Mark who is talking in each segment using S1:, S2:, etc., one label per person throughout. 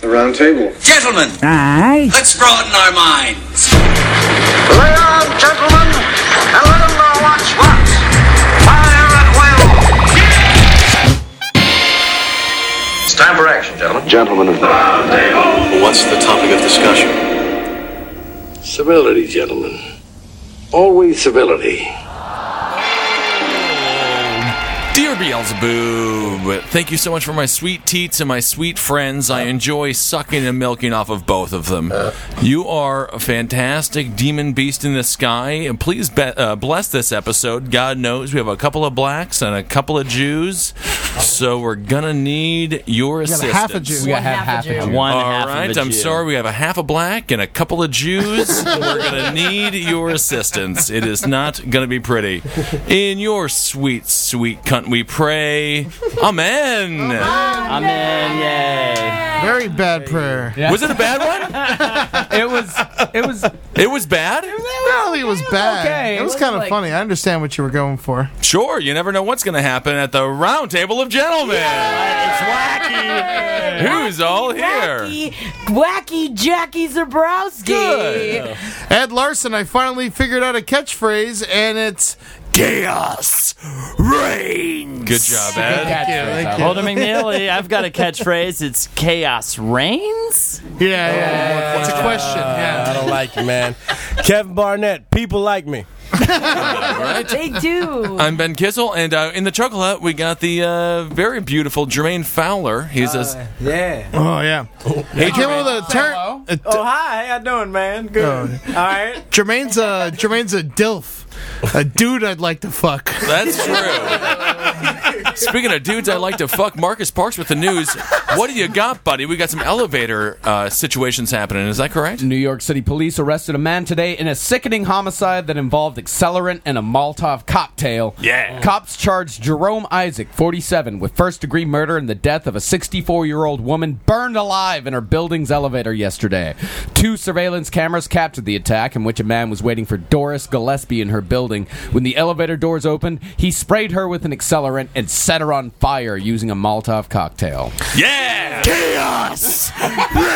S1: The round table.
S2: Gentlemen,
S3: Aye.
S2: let's broaden our minds.
S4: Lay on, gentlemen, and let 'em know what's what. Fire at will. It's time for action, gentlemen.
S5: Gentlemen of the.
S6: What's the topic of discussion?
S5: Civility, gentlemen. Always civility.
S7: Dear Beelzebub, thank you so much for my sweet teats and my sweet friends. I enjoy sucking and milking off of both of them. You are a fantastic demon beast in the sky, and please be- uh, bless this episode. God knows we have a couple of blacks and a couple of Jews, so we're gonna need your
S3: got
S7: assistance.
S3: a half a Jew.
S8: We gotta have half a Jew.
S9: One
S7: All
S9: half of
S7: right,
S9: a
S7: I'm
S9: Jew.
S7: sorry. We have a half a black and a couple of Jews. We're going to need your assistance. It is not going to be pretty. In your sweet, sweet cunt, we pray. Amen.
S9: I'm in, yay.
S3: Very bad prayer.
S7: Was it a bad one?
S8: It was. It was.
S7: It was bad?
S3: Well, it was bad.
S8: okay.
S3: It was
S8: It
S3: kind of
S8: was like-
S3: funny. I understand what you were going for.
S7: Sure, you never know what's going to happen at the round table of gentlemen.
S9: Wacky.
S7: Who's all here?
S10: Wacky, wacky Jackie Zabrowski.
S7: Good.
S3: Ed Larson, I finally figured out a catchphrase, and it's chaos reigns.
S7: Good job, Ed.
S3: Yeah, thank
S9: Holden McNeely, I've got a catchphrase. It's chaos reigns.
S3: you. yeah, yeah, yeah, yeah. It's a question.
S11: I
S3: Oh, Yeah.
S11: don't like you, man. Kevin Barnett, people like me.
S10: They do.
S7: I'm Ben Kissel, and uh, in the Chuckle Hut, we got the uh, very beautiful Jermaine Fowler. He's a
S11: Yeah.
S3: Oh yeah. Hey, came up with a term. a t-
S11: Oh, hi. How you doing, man? Good. All right.
S3: Jermaine's a Jermaine's a dilf, a dude I'd like to fuck.
S7: That's true. Speaking of dudes, I like to fuck Marcus Parks with the news. What do you got, buddy? We got some elevator uh, situations happening. Is that correct?
S8: New York City police arrested a man today in a sickening homicide that involved accelerant and a Molotov cocktail.
S7: Yeah.
S8: Cops charged Jerome Isaac, 47, with first degree murder in the death of a 64 year old woman burned alive in her building's elevator yesterday. Two surveillance cameras captured the attack in which a man was waiting for Doris Gillespie in her building. When the elevator doors opened, he sprayed her with an accelerant and set her on fire using a Molotov cocktail.
S7: Yeah. Chaos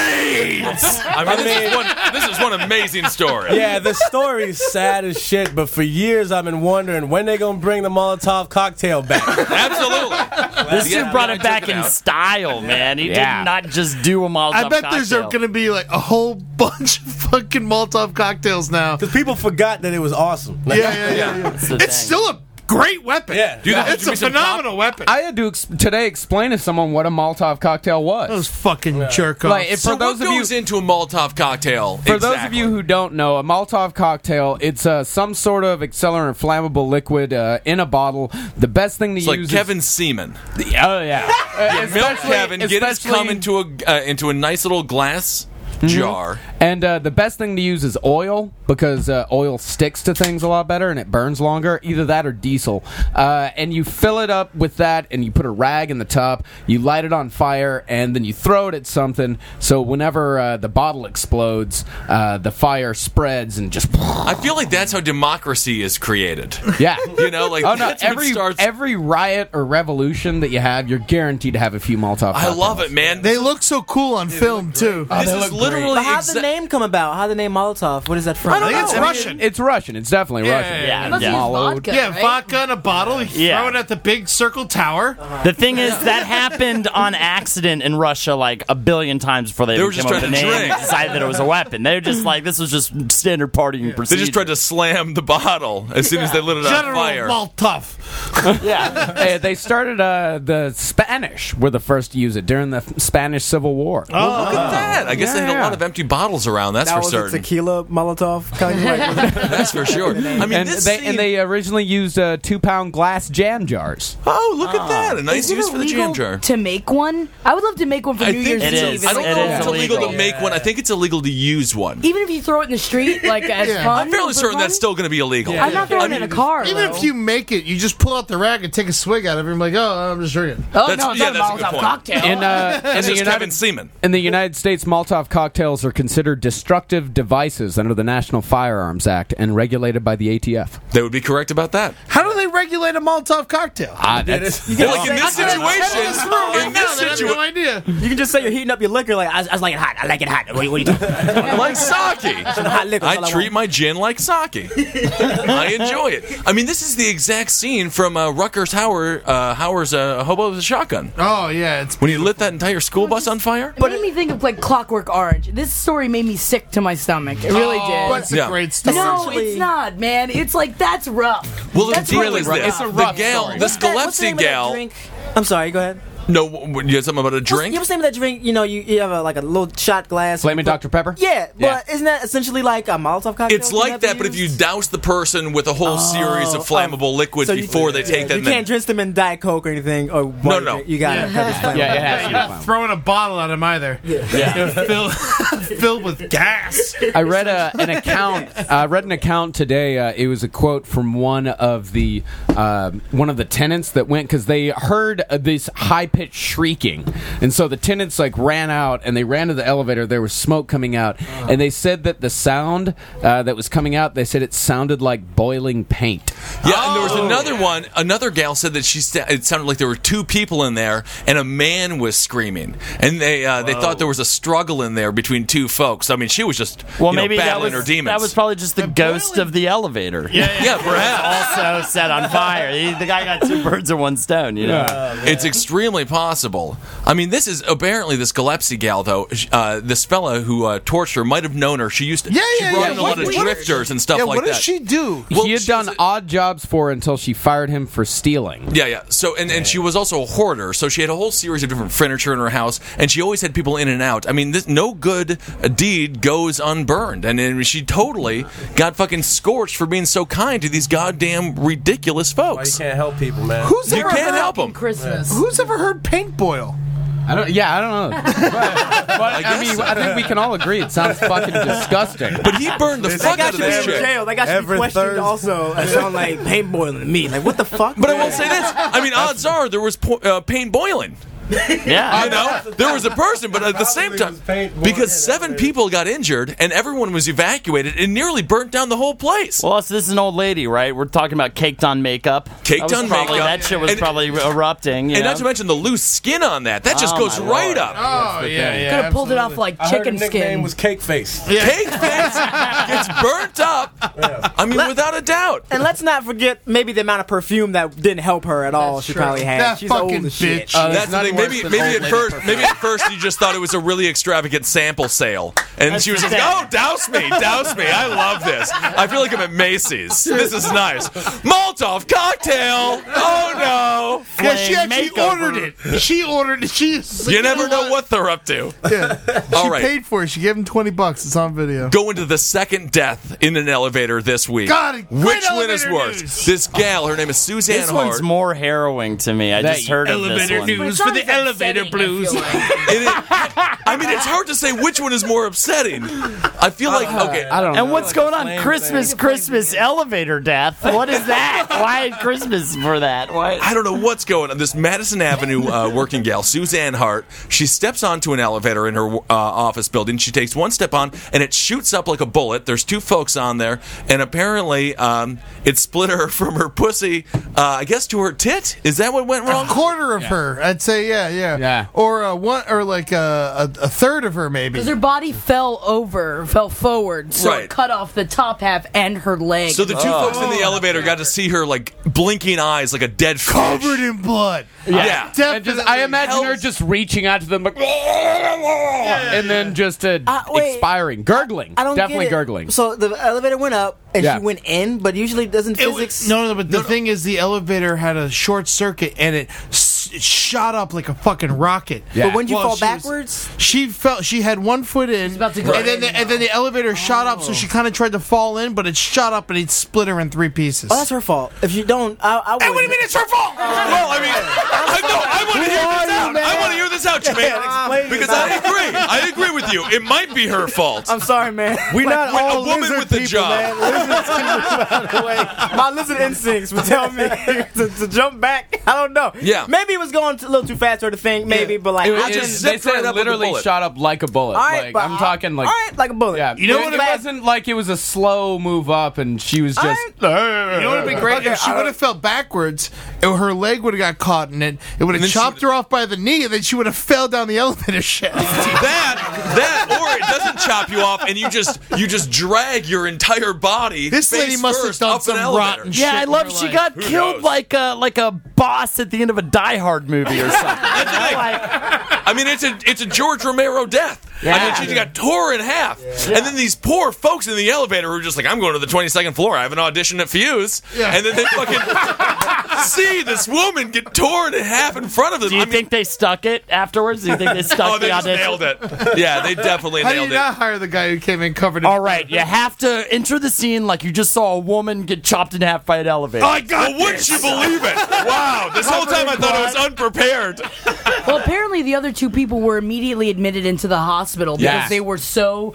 S7: reigns. I mean, this is one. This is one amazing story.
S11: Yeah, the story's sad as shit, but for years I've been wondering when they gonna bring the Molotov cocktail back.
S7: Absolutely.
S9: This
S7: Yeah,
S9: dude brought
S7: I
S9: it
S7: took
S9: back
S7: it
S9: in
S7: out.
S9: style, man. He
S8: Yeah.
S9: did not just do a Molotov
S3: I bet there's
S9: cocktail.
S3: going to be like a whole bunch of fucking Molotov cocktails now.
S11: Because people forgot that it was awesome. Like,
S3: Yeah, yeah, yeah. yeah.
S9: That's the
S3: It's
S9: thing.
S3: still a great weapon.
S11: Yeah.
S7: Do you think there
S3: it's
S7: should
S3: a
S7: be some
S3: phenomenal weapon.
S8: I had to ex- today explain to someone what a Molotov cocktail was.
S3: Those fucking jerk offs.
S8: Like, if-
S7: So
S8: For those
S7: what
S8: of you-
S7: goes into a Molotov cocktail?
S8: For those of you who don't know, a Molotov cocktail, it's uh, some sort of accelerant flammable liquid uh, in a bottle. The best thing to
S7: It's
S8: use
S7: like
S8: is-
S7: Kevin Seaman.
S8: Oh yeah. Uh,
S7: Milk
S8: especially-
S7: Kevin, get his
S8: especially-
S7: cum into a uh, into a nice little glass jar.
S8: And uh, the best thing to use is oil because uh, oil sticks to things a lot better and it burns longer. Either that or diesel. Uh, and you fill it up with that and you put a rag in the top. You light it on fire and then you throw it at something. So whenever uh, the bottle explodes, uh, the fire spreads and just
S7: I feel like that's how democracy is created.
S8: yeah.
S7: You know, like
S8: Oh no!
S7: that's what
S8: Every
S7: starts.
S8: every riot or revolution that you have, you're guaranteed to have a few Molotov.
S7: I love
S8: cocktails.
S7: it, man.
S3: they Oh, look so cool on film, too.
S7: this is literally
S10: But how'd
S7: exa-
S10: the name come about? How'd the name Molotov? What is that from?
S3: I think it's Russian.
S8: It's Russian. It's definitely Russian.
S9: yeah,
S10: Must
S9: yeah.
S10: use
S8: Molotov.
S10: vodka,
S3: yeah,
S10: right?
S3: vodka in a bottle. You
S9: Yeah.
S3: throw it at the big circle tower.
S7: Uh-huh.
S9: The thing is, that happened on accident in Russia like a billion times before they,
S7: They
S9: even
S7: were just
S9: came up with
S7: trying
S9: the name
S7: to
S9: and
S7: drink.
S9: decided that it was a weapon. They were just like, this was just standard partying
S7: They
S9: procedure.
S7: just tried to slam the bottle as soon as they lit it on
S3: General
S7: fire.
S3: Molotov.
S9: Yeah.
S8: Hey, they started uh, the Spanish were the first to use it during the Spanish Civil War.
S7: Look at that! I guess they had a
S8: Yeah.
S7: lot of empty bottles around. That's
S11: That
S7: for
S11: was a
S7: certain.
S11: tequila Molotov kind of like.
S7: That's for sure. I mean,
S8: and
S7: this
S8: they
S7: scene,
S8: and they originally used uh, two pound glass jam jars.
S7: Oh, look at that! A nice
S10: Is it
S7: use for the
S10: illegal
S7: jam jar.
S10: To make one, I would love to make one for
S7: I
S10: New
S7: think
S10: Year's
S7: it
S10: Eve.
S9: is.
S10: It's
S7: I don't
S10: like,
S7: know
S9: It
S7: if it's
S9: is
S7: illegal to
S9: illegal.
S7: make one. I think it's illegal to use one.
S10: Even if you throw it in the street, like as
S3: Yeah.
S10: fun,
S7: I'm fairly
S10: for
S7: certain that's
S10: fun.
S7: still going to be illegal.
S10: I'm not throwing it in a car.
S3: Even
S10: though.
S3: if you make it, you just pull out the rag and take a swig out of it. I'm like, oh, I'm just drinking.
S10: oh
S7: That's-
S10: no, it's
S7: yeah,
S10: not a
S7: that's a good
S10: Molotov
S7: point.
S10: cocktail.
S8: In, uh, in
S7: That's
S8: the
S7: Oh, just Kevin
S8: United
S7: Seaman.
S8: in the United States, Molotov cocktails are considered destructive devices under the National Firearms Act and regulated by the ATF.
S7: They would be correct about that.
S3: How do they regulate a Molotov cocktail?
S8: Ah, that's,
S7: like in this situation, in this situation,
S3: idea.
S1: You can just say you're heating up your liquor like I, I like it hot. I like it hot. What, what are you talking? about?
S7: like sake.
S1: Some hot liquor.
S7: I treat my gin like sake. I enjoy it. I mean, this is the exact scene from uh, Rucker's Hauer, uh, Hauer's uh, Hobo with a Shotgun
S3: Oh yeah, it's
S7: when he lit that entire school bus on fire.
S10: It made me think of like Clockwork Orange. This story made me sick to my stomach. It really did.
S3: Oh, That's a
S7: Yeah.
S3: great story.
S10: no, it's not, man. It's like that's rough.
S7: Well, the
S10: that's
S7: deal
S10: really
S7: is
S10: rough.
S7: this: the gal, the
S1: What's the name
S7: Scalepsy
S1: of that
S7: gal.
S1: drink? I'm sorry. Go ahead.
S7: No, w- w- you had something about a
S1: What's-
S7: drink.
S1: You ever seen that drink? You know, you, you have a, like a little shot glass.
S8: Flaming
S1: You put-
S8: Dr. Pepper?
S1: Yeah,
S8: Yeah.
S1: but isn't that essentially like a Molotov cocktail?
S7: It's like that, but if you douse the person with a whole series of flammable liquids before they take that,
S1: Oh, you can't
S7: then-
S1: drink them in Diet Coke or anything. Or
S7: No, no.
S1: You got it.
S8: yeah, it has to be fun.
S3: Throwing a bottle at him either. Yeah, filled, filled with gas.
S8: I read a, an account. I read an account today. Uh, it was a quote from one of the uh, one of the tenants that went because they heard uh, this high pitched shrieking, and so the tenants like ran out and they ran to the elevator. There was smoke coming out,
S7: Uh.
S8: and they said that the sound uh, that was coming out. They said it sounded like boiling paint.
S7: Yeah, and there was
S3: Oh.
S7: another one. Another gal said that she. St- it sounded like there were two people in there, and a man was screaming, and they uh, they thought there was a struggle in there between two folks. I mean, she was just
S9: Well,
S7: you know,
S9: maybe that
S7: battling
S9: was,
S7: her demons.
S9: that was probably just the, ghost of the elevator. Yeah,
S7: yeah, perhaps.
S9: also set on fire. He- the guy got two birds with one stone. You know,
S7: It's extremely possible. I mean, this is apparently this Gillespie gal though. sh- Uh, this fella who uh, torched her might have known her. She used to.
S3: Yeah,
S7: she
S3: yeah,
S7: brought
S3: yeah.
S7: in a lot
S3: What-
S7: of
S3: what-
S7: drifters and stuff
S3: yeah,
S7: like
S3: what
S7: that.
S3: does she do?
S7: Well,
S8: he had
S7: she's
S8: done
S7: a-
S8: odd jobs for her until she fired him for stealing.
S7: Yeah, yeah. So and, and she was also a hoarder. So she had a whole series of different furniture in her house, and she always had people in and out. I mean, this no good deed goes unburned, and, and she totally got fucking scorched for being so kind to these goddamn ridiculous
S11: Why you
S7: folks.
S11: can't help people, man.
S3: Who's
S7: You
S3: ever
S7: can't
S3: heard,
S7: help them.
S10: Christmas.
S3: Who's ever heard paint boil?
S8: I don't. Yeah, I don't know. But- but, I,
S7: guess
S8: mean,
S7: so.
S8: I think we can all agree it sounds fucking disgusting.
S7: But he burned the
S1: They
S7: fuck out
S1: got
S7: of
S1: you in
S7: this chick.
S1: jail. They got you
S11: Every
S1: questioned
S11: Thursday.
S1: also. It sound like paint boiling to me. Like what the fuck?
S7: But I will say this: I mean, odds are there was po- uh, pain boiling.
S9: yeah.
S7: You know, there was a person, but at the same time, because seven people got injured and everyone was evacuated, it nearly burnt down the whole place.
S9: Well, so this is an old lady, right? We're talking about caked on makeup.
S7: Caked
S9: That was
S7: on
S9: probably-
S7: makeup.
S9: That shit was
S7: And-
S9: probably erupting. You
S7: and
S9: know?
S7: not to mention the loose skin on that. That just
S9: Oh,
S7: goes
S9: my
S7: right
S9: Lord.
S7: up.
S3: Oh yeah, yeah.
S10: Could have pulled it off like
S11: I heard her
S10: chicken
S11: nickname
S10: skin.
S11: was Cake Face.
S7: Cake face gets burnt up. I mean, without a doubt.
S1: and let's not forget maybe the amount of perfume that didn't help her at all.
S10: That's
S1: she
S10: true.
S1: probably had.
S3: That
S1: She's
S3: fucking
S1: old as shit.
S3: bitch. Uh,
S7: That's the thing. Maybe, maybe at first, maybe at first you just thought it was a really extravagant sample sale, and she was
S9: the
S7: like,
S9: thing.
S7: "Oh, douse me, douse me! I love this. I feel like I'm at Macy's. This is nice. Molotov cocktail. Oh
S3: Yeah, she
S9: flame
S3: actually
S9: makeover.
S3: ordered it. She ordered it. She.
S7: no! You never know what they're up to."
S3: Yeah.
S7: All
S3: she
S7: right.
S3: paid for it. She gave him twenty bucks. It's on video.
S7: go into the second death in an elevator this week.
S3: God, great
S7: which one is
S3: elevator
S7: worse?
S3: news.
S7: This gal, her name is Suzanne
S9: This
S7: Hart.
S9: one's more harrowing to me. I
S8: That
S9: just heard of this one.
S10: But it's not as upsetting, I feel like.
S7: It is- I mean, it's hard to say which one is more upsetting. I feel like
S3: Uh-huh.
S7: okay.
S8: I don't know.
S9: And what's going on?
S11: flame
S9: Christmas, Christmas elevator death. What is that? Why Christmas for that? Why?
S7: I don't know what's going on. This Madison Avenue uh, working gal, Suzanne Hart, she steps onto an elevator in her uh, office building. She takes one step on, and it shoots up like a bullet. There's two folks on there, and apparently um, it split her from her pussy, uh, I guess, to her tit. Is that what went
S3: A
S7: wrong?
S3: quarter of her, I'd say, yeah, yeah,
S8: Yeah.
S3: or uh, one, or like uh, a, a third of her, maybe.
S10: 'Cause her body fell over, fell forward, so
S7: Right.
S10: it cut off the top half and her leg.
S7: So the two folks in the elevator got to see her like blinking eyes, like a dead fish.
S3: Covered in blood.
S7: yeah.
S8: And just, I imagine her
S7: helps.
S8: just reaching out to them, like, and then just uh,
S1: Uh, wait.
S8: expiring, gurgling,
S1: I don't
S8: definitely
S1: get it.
S8: gurgling.
S1: So the elevator went up and
S8: Yeah.
S1: she went in, but usually doesn't
S3: It
S1: physics.
S3: was, no, no, but the thing is, the elevator had a short circuit and it s- it shot up like a fucking rocket.
S8: Yeah.
S1: But when you
S3: Well,
S1: fall
S3: she was-
S1: backwards,
S3: She felt she had one foot in,
S10: about to go
S3: and then
S10: in
S3: the, and then the elevator shot up, so she kind of tried to fall in, but it shot up and it split her in three pieces.
S1: oh, that's her fault. If you don't, I,
S7: Hey,
S1: I
S7: what do you
S1: wouldn't.
S7: mean it's her fault? Well, I mean, I, no, I want to hear
S1: are
S7: this
S1: you,
S7: out. I
S1: man?
S7: want to hear this out, Jermaine,
S1: explain
S7: because
S1: yourself.
S7: I agree. I agree with you. It might be her fault.
S1: I'm sorry, man.
S11: We not
S7: when
S11: all
S7: a woman
S11: lizard
S7: with a
S11: people,
S7: job.
S11: man. Lizards
S1: My lizard instincts would tell me to, to jump back. I don't know.
S7: Yeah.
S1: Maybe it was was going a little too fast or the thing, maybe, but like
S8: It was-
S1: I
S8: it-
S1: just
S8: they said
S7: right up with a
S8: literally
S7: bullet.
S8: shot up like a bullet.
S1: All right,
S8: like
S1: but
S8: I'm
S1: I-
S8: talking like
S1: all right, like a bullet.
S8: yeah.
S1: You know
S8: it,
S1: what
S8: it
S1: it was-
S8: wasn't like it was a slow move up, and she was just.
S3: You know what would be great if she would have fell backwards, and her leg would have got caught in it. It would
S7: And then
S3: have
S7: she
S3: chopped her off by the knee, and then she would have fell down the elevator shaft.
S7: that that or it doesn't chop you off and you just you just drag your entire body
S3: This
S7: face
S3: lady must have
S7: first
S3: done
S7: up an
S3: some
S7: elevator.
S3: rotten
S9: Yeah,
S3: shit
S9: I
S3: in
S9: love
S3: her
S9: she
S3: life.
S9: got
S7: Who
S9: killed
S7: knows?
S9: like a like a boss at the end of a Die Hard movie or something.
S7: That's the thing. I mean, it's a it's a George Romero death. I mean,
S9: Yeah.
S7: she just got tore in half, and then these poor folks in the elevator were just like, "I'm going to the 22nd floor. I have an audition at Fuse," and then they fucking see this woman get torn in half in front of them.
S9: Do you
S7: I mean,
S9: think they stuck it afterwards? Do you think they stuck
S7: oh,
S9: the
S7: they just
S9: audition?
S7: nailed it. Yeah, they definitely
S3: How do you
S7: nailed it.
S3: not hire the guy who came in covered in
S9: All right, you have to enter the scene like you just saw a woman get chopped in half by an
S3: Oh,
S9: elevator.
S7: I got well, wouldn't you believe it? Wow, this whole time I thought I was unprepared.
S10: Well, apparently the other two people were immediately admitted into the hospital because
S8: Yes.
S10: they were so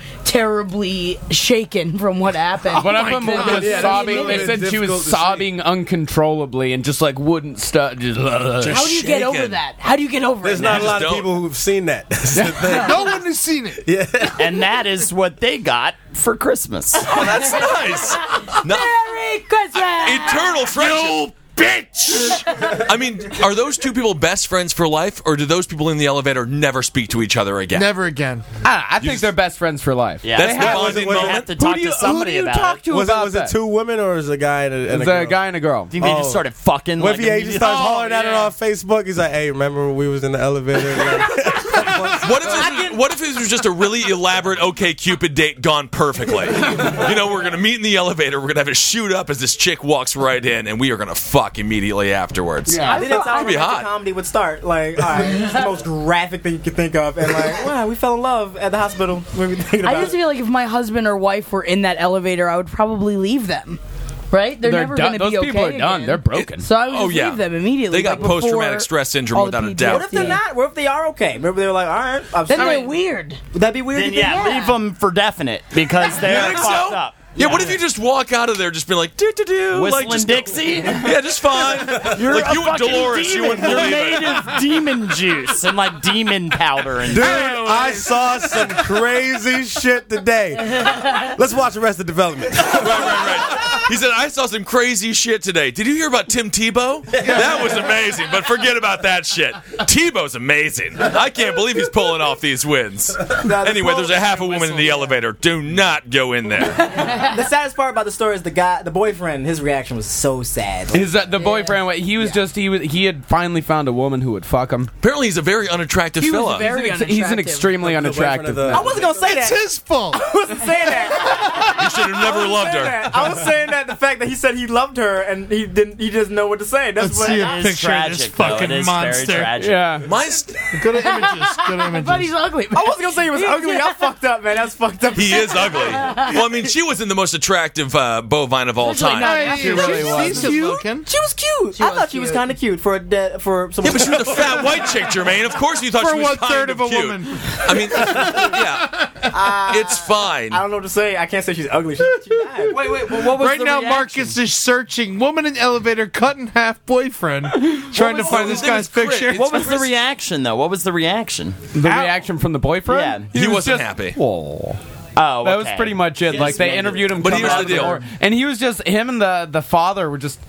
S10: terribly shaken from what happened.
S8: One of them
S10: Oh God,
S8: was
S10: yeah, that's
S8: sobbing.
S10: really
S8: They said she was
S11: difficult to see.
S8: sobbing uncontrollably and just like wouldn't stop. Just,
S10: How do you get over
S7: shaken.
S10: that? How do you get over
S11: There's
S10: it?
S11: not a
S7: just
S11: lot of
S7: don't.
S11: people who've seen that. That's the thing.
S3: No one has seen it.
S9: and that is what they got for Christmas.
S7: Oh, that's nice. No,
S10: Merry Christmas!
S7: Eternal friendship. bitch! I mean, are those two people best friends for life, or do those people in the elevator never speak to each other again?
S3: Never again.
S8: I, I think they're best friends for life.
S9: Yeah,
S7: That's
S9: they
S7: the
S9: have-
S7: bonding
S9: they
S7: moment.
S9: have to talk
S8: Who do you,
S9: to somebody
S8: who do you
S9: about
S8: talk
S9: it.
S8: to
S11: Was it
S8: about
S11: was
S8: that?
S11: it two women or was it a guy and a,
S8: It
S11: and
S8: was
S11: a
S8: a
S11: girl?
S8: guy and a girl.
S9: I think they just started fucking.
S11: What if
S9: like,
S11: he just
S9: immediately. Oh,
S11: starts hollering at her
S8: Oh, yeah.
S11: on Facebook? He's like, "Hey, remember when we was in the elevator?"
S7: What if, this was, what if this was just a really elaborate OK Cupid date gone perfectly? you know, we're going to meet in the elevator, we're going to have it shoot up as this chick walks right in, and we are going to fuck immediately afterwards.
S8: Yeah.
S1: I think that's how
S7: That'd be
S1: romantic
S7: hot.
S1: comedy would start. Like, all right, it's the most graphic thing you could think of, and like, wow, we fell in love at the hospital when we were thinking about
S10: I just
S1: it.
S10: feel like if my husband or wife were in that elevator, I would probably leave them. Right? They're,
S8: They're
S10: never going
S8: done.
S10: to
S8: Those
S10: be okay.
S8: people are done.
S10: again.
S8: They're broken.
S10: So I would
S7: Oh,
S10: just
S7: yeah.
S10: leave them immediately.
S7: They got
S10: like, before
S7: post-traumatic stress syndrome
S10: all
S7: without
S10: the
S7: a doubt.
S1: What if they're
S10: PTSD.
S1: not? What if they are okay? Remember, they were like, all right, I'm
S10: Then
S1: sorry.
S10: they're weird.
S1: Would that be weird?
S9: Then
S1: you think?
S9: yeah, leave them for definite because they're
S7: think
S9: fucked
S7: so?
S9: up.
S7: Yeah, what if you just walk out of there just being like, doo doo doo,
S9: Whistling
S7: like just
S9: Dixie.
S7: Yeah, just fine.
S9: You're
S7: like
S9: a
S7: you and
S9: fucking
S7: Dolores,
S9: demon.
S7: you wouldn't
S9: You're
S7: believe it.
S9: made of demon juice and like demon powder and.
S11: Dude, I saw some crazy shit today. Let's watch the rest of development.
S7: right, right, right. He said, I saw some crazy shit today. Did you hear about Tim Tebow? That was amazing, but forget about that shit. Tebow's amazing. I can't believe he's pulling off these wins. Anyway, there's a half a woman in the elevator. Do not go in there.
S1: The saddest part about the story is the guy, the boyfriend. His reaction was so sad. Like,
S8: His uh, the boyfriend wa- he was just he was he had finally found a woman who would fuck him.
S7: Apparently, he's a very unattractive
S10: He was
S7: fella.
S10: very-
S8: He's an ex- he's an
S10: unattractive.
S8: extremely
S11: The boyfriend
S8: unattractive.
S11: of the-
S1: I wasn't gonna say
S3: It's
S1: that.
S3: his fault.
S1: I wasn't saying that.
S7: you should have never loved
S1: saying
S7: her.
S1: that. I was saying that the fact that he said he loved her and he didn't, he doesn't know what to say. That's
S3: Let's
S1: what.
S3: see
S1: I-
S3: a
S9: It is
S3: picture of this
S9: tragic, though. It
S3: fucking
S9: is very
S3: monster.
S9: tragic.
S8: yeah.
S7: My st-
S3: Go to images. Go to images.
S10: But he's ugly.
S1: I wasn't gonna say he was ugly. I fucked up, man. That's fucked up.
S7: he is ugly. Well, I mean, she wasn't the most attractive uh, bovine of all
S10: Especially
S7: time.
S10: not-
S3: Hey,
S10: She
S3: she's
S10: really
S3: decent
S1: cute.
S3: looking.
S1: She was cute. I
S10: was
S1: thought she was
S10: cute.
S1: kind of cute for a de- for someone.
S7: Yeah, but she was a fat white chick, Jermaine. Of course, you thought
S3: For
S7: she was
S3: one
S7: kind
S3: third of a
S7: cute.
S3: woman.
S7: I mean, yeah, it's fine.
S1: I don't know what to say. I can't say she's ugly. She, she died. Wait, wait. What was
S3: Right now, Marcus is searching woman in elevator, cut in half boyfriend, trying to
S7: was-
S3: find this
S7: his name
S3: guy's
S7: is Chris.
S3: picture.
S7: It's-
S9: What was the reaction though? What was the reaction?
S8: The reaction from the boyfriend?
S9: Yeah.
S7: He wasn't
S8: just-
S7: happy.
S8: Whoa.
S9: Oh,
S8: That was
S9: okay.
S8: pretty much it.
S9: She
S8: Like
S9: just
S8: they
S9: made
S8: interviewed
S9: it.
S8: him,
S7: But
S8: coming
S7: here's
S8: out
S7: the
S8: of the
S7: deal.
S8: door, and he was just him and the the father were just.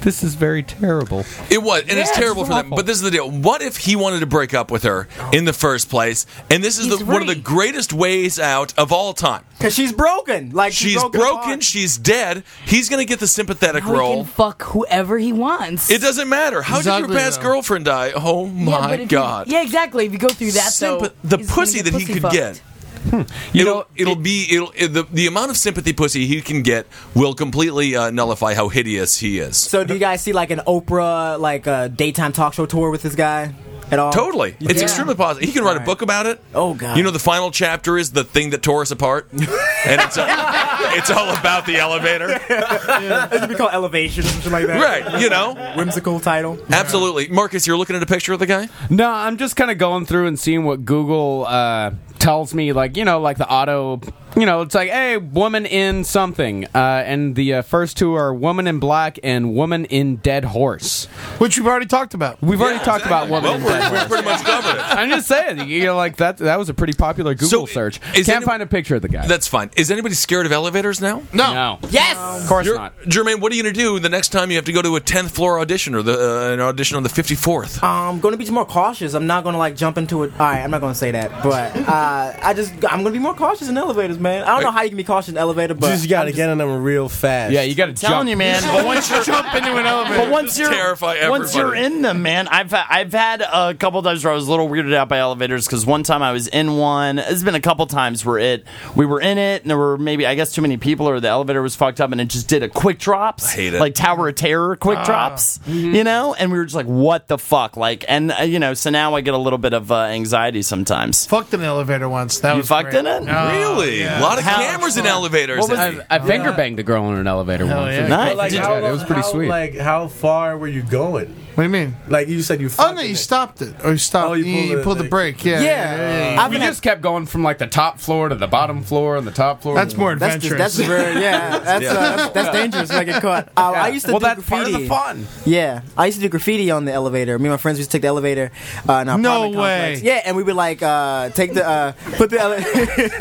S8: This is very terrible.
S7: It was, and it's
S8: Yeah,
S7: terrible
S8: it's
S7: for them.
S8: awful.
S7: But this is the deal. What if he wanted to break up with her in the first place? And this is
S10: He's
S7: the, one of the
S10: free.
S7: greatest ways out of all time.
S1: Because she's broken. Like she
S7: She's
S1: broke it
S7: broken.
S1: apart.
S7: She's dead. He's going to get the sympathetic
S10: Now he
S7: role.
S10: can fuck whoever he wants.
S7: it doesn't matter. How
S3: He's
S7: did your
S3: ugly,
S7: past
S3: though.
S7: girlfriend die? Oh
S10: Yeah, but
S7: my
S10: if you-
S7: god.
S10: yeah, exactly. If you go through that,
S7: Sympa-
S10: though,
S7: the
S10: he's gonna
S7: pussy that he
S10: pussy
S7: could
S10: fucked.
S7: get.
S8: You
S7: it'll,
S8: know,
S7: it'll be it'll it, the, the amount of sympathy pussy he can get will completely uh, nullify how hideous he is.
S1: So do you guys see like an Oprah like a daytime talk show tour with this guy at
S9: Oh,
S1: all?
S7: Totally, it's extremely positive. He can write a book about it.
S1: Oh, God.
S7: You know the final chapter is the thing that tore us apart, and it's all, it's all about the elevator,
S1: It could be called Elevation or something like that.
S7: right? You know,
S1: Whimsical title.
S7: absolutely, Marcus. You're looking at a picture of the guy.
S8: No, I'm just kind of going through and seeing what Google uh, tells me, like you know, like the auto you know, it's like, hey, woman in something, uh, and the uh, first two are woman in black and woman in dead horse,
S3: which we've already talked about.
S8: We've already talked about woman in dead horse.
S7: pretty much covered it.
S8: I'm just saying, you know, like that. That was a pretty popular Google search. Can't find a picture of the guy.
S7: That's fine. Is anybody scared of elevators now?
S3: No.
S10: Yes.
S8: Of course
S7: You're-
S8: not.
S7: Jermaine, what are you going to do the next time you have to go to a 10th floor audition or the, uh, an audition on the 54th?
S1: I'm going to be more cautious. I'm not going to like jump into it. All right, I'm not going to say that, but uh, I just I'm going to be more cautious in elevators, man. I don't know how you can be cautious in elevator, but
S11: just gotta get in them real fast.
S8: Yeah, you got to
S9: telling
S8: jump.
S9: you, man. But once you're jump into an elevator, but once you're
S7: Terrify
S9: once you're
S7: everybody.
S9: in them, man. I've I've had a couple times where I was a little weirded out by elevators because one time I was in one. It's been a couple times where it we were in it and there were maybe I guess too many people or the elevator was fucked up and it just did a quick drops,
S7: hate it.
S9: like Tower of Terror quick
S3: Ah.
S9: drops,
S3: Mm-hmm.
S9: you know. And we were just like, what the fuck, like, and uh, you know. So now I get a little bit of uh, anxiety sometimes.
S3: Fucked an elevator once. That
S9: You
S3: was
S9: fucked
S3: great.
S9: in it?
S3: Oh,
S7: Really?
S3: yeah.
S7: A lot of
S9: How-
S7: cameras in elevators.
S8: I, I finger banged a girl in an elevator
S3: Hell
S8: once.
S3: yeah.
S9: Nice.
S11: But, like,
S9: Did-
S11: how
S8: yeah, that was
S11: long-
S8: pretty
S11: how,
S8: sweet.
S11: Like, how far were you going?
S3: What do you mean?
S11: Like, you said you
S3: Oh
S11: fucking.
S3: no,
S11: it.
S3: you stopped it. Oh, you stopped.
S11: Oh,
S3: you,
S11: you
S3: you pulled,
S11: pulled the-
S3: the
S11: the-
S3: brake. Yeah.
S1: yeah, I've
S8: We
S1: been at-
S8: just kept going from like the top floor to the bottom floor and the top floor.
S3: That's
S8: and the-
S3: more
S1: that's just,
S3: adventurous.
S1: that's just very yeah that's,
S7: Yeah.
S1: Uh, that's that's dangerous. If I get caught. Uh, I used to
S8: well,
S1: do
S8: that's part
S1: graffiti.
S8: of the fun.
S1: Yeah, I used to do graffiti on the elevator. Me and my friends used to take the elevator. Uh, in our
S3: No
S1: apartment complex.
S3: way.
S1: Yeah, and we would like uh, take the uh, put the ele-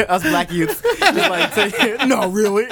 S1: us black youths. Just, like, take- no, really,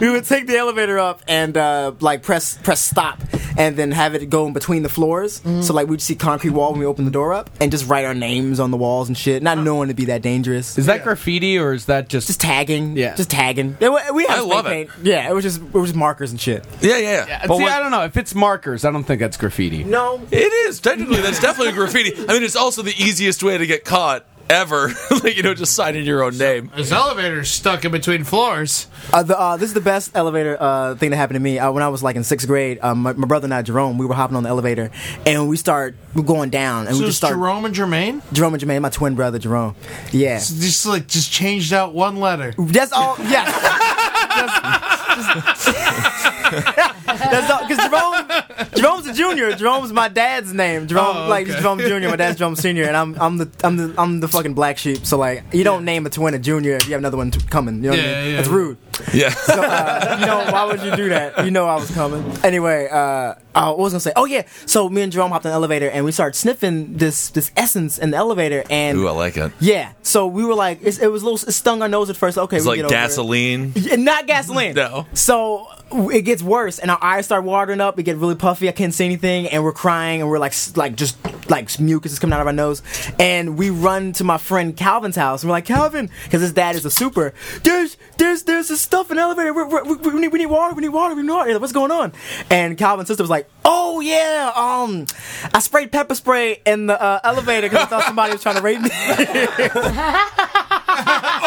S1: we would take the elevator up and uh, like press press stop, and then have it go in between the floors. So like we'd see concrete wall when we open the door up, and just write our names on the walls and shit, not knowing to be that dangerous.
S8: Is that graffiti or is that just?
S1: Just tagging,
S8: Yeah.
S1: Just tagging. They were- We
S7: I
S1: had spray
S7: love it.
S1: paint. Yeah, it was just it was just markers and shit.
S7: yeah, yeah, yeah.
S8: See, I don't know. If it's markers, I don't think that's graffiti.
S1: No,
S7: It is technically that's definitely graffiti. I mean, it's also the easiest way to get caught ever. like you know, just signing your own name.
S3: There's elevators stuck in between floors.
S1: Uh, the, uh, this is the best elevator uh, thing that happened to me. Uh, when I was like in sixth grade, um, my, my brother and I, Jerome, we were hopping on the elevator and we start we're going down and
S3: So
S1: we
S3: it's
S1: just start
S3: Jerome and Jermaine.
S1: Jerome and Jermaine, my twin brother Jerome. Yeah,
S3: It's Just like just changed out one letter.
S1: that's all. Yeah. That's- That's all, because Jerome, Jerome's a junior. Jerome's my dad's name. Jerome,
S3: Oh,
S1: like
S3: okay.
S1: Jerome Junior. My dad's Jerome Senior, and I'm, I'm the, I'm the, I'm the fucking black sheep. So like, you don't name a twin a junior if you have another one t- coming. You know what
S3: Yeah,
S1: I
S3: yeah,
S1: mean? That's
S3: yeah.
S1: rude.
S7: Yeah.
S1: So, uh, you know, why would you do that? You know I was coming. Anyway, uh, I was gonna say, oh yeah. So me and Jerome hopped in the elevator and we started sniffing this this essence in the elevator and
S7: Ooh, I like it.
S1: yeah. So we were like, it's, it was a little, it stung our nose at first. Okay,
S7: It's
S1: we
S7: like
S1: get over it.
S7: gasoline.
S1: Yeah, Not gasoline.
S7: No.
S1: So w- it gets worse, and our eyes start watering up. We get really puffy. I can't see anything, and we're crying, and we're like, s- like just like mucus is coming out of our nose. And we run to my friend Calvin's house, and we're like, Calvin, because his dad is a super. There's there's there's this stuff in the elevator. We're, we're, we we need we need water. We need water. We need water. What's going on? And Calvin's sister was like, Oh yeah, um, I sprayed pepper spray in the uh, elevator because I thought somebody was trying to rape me.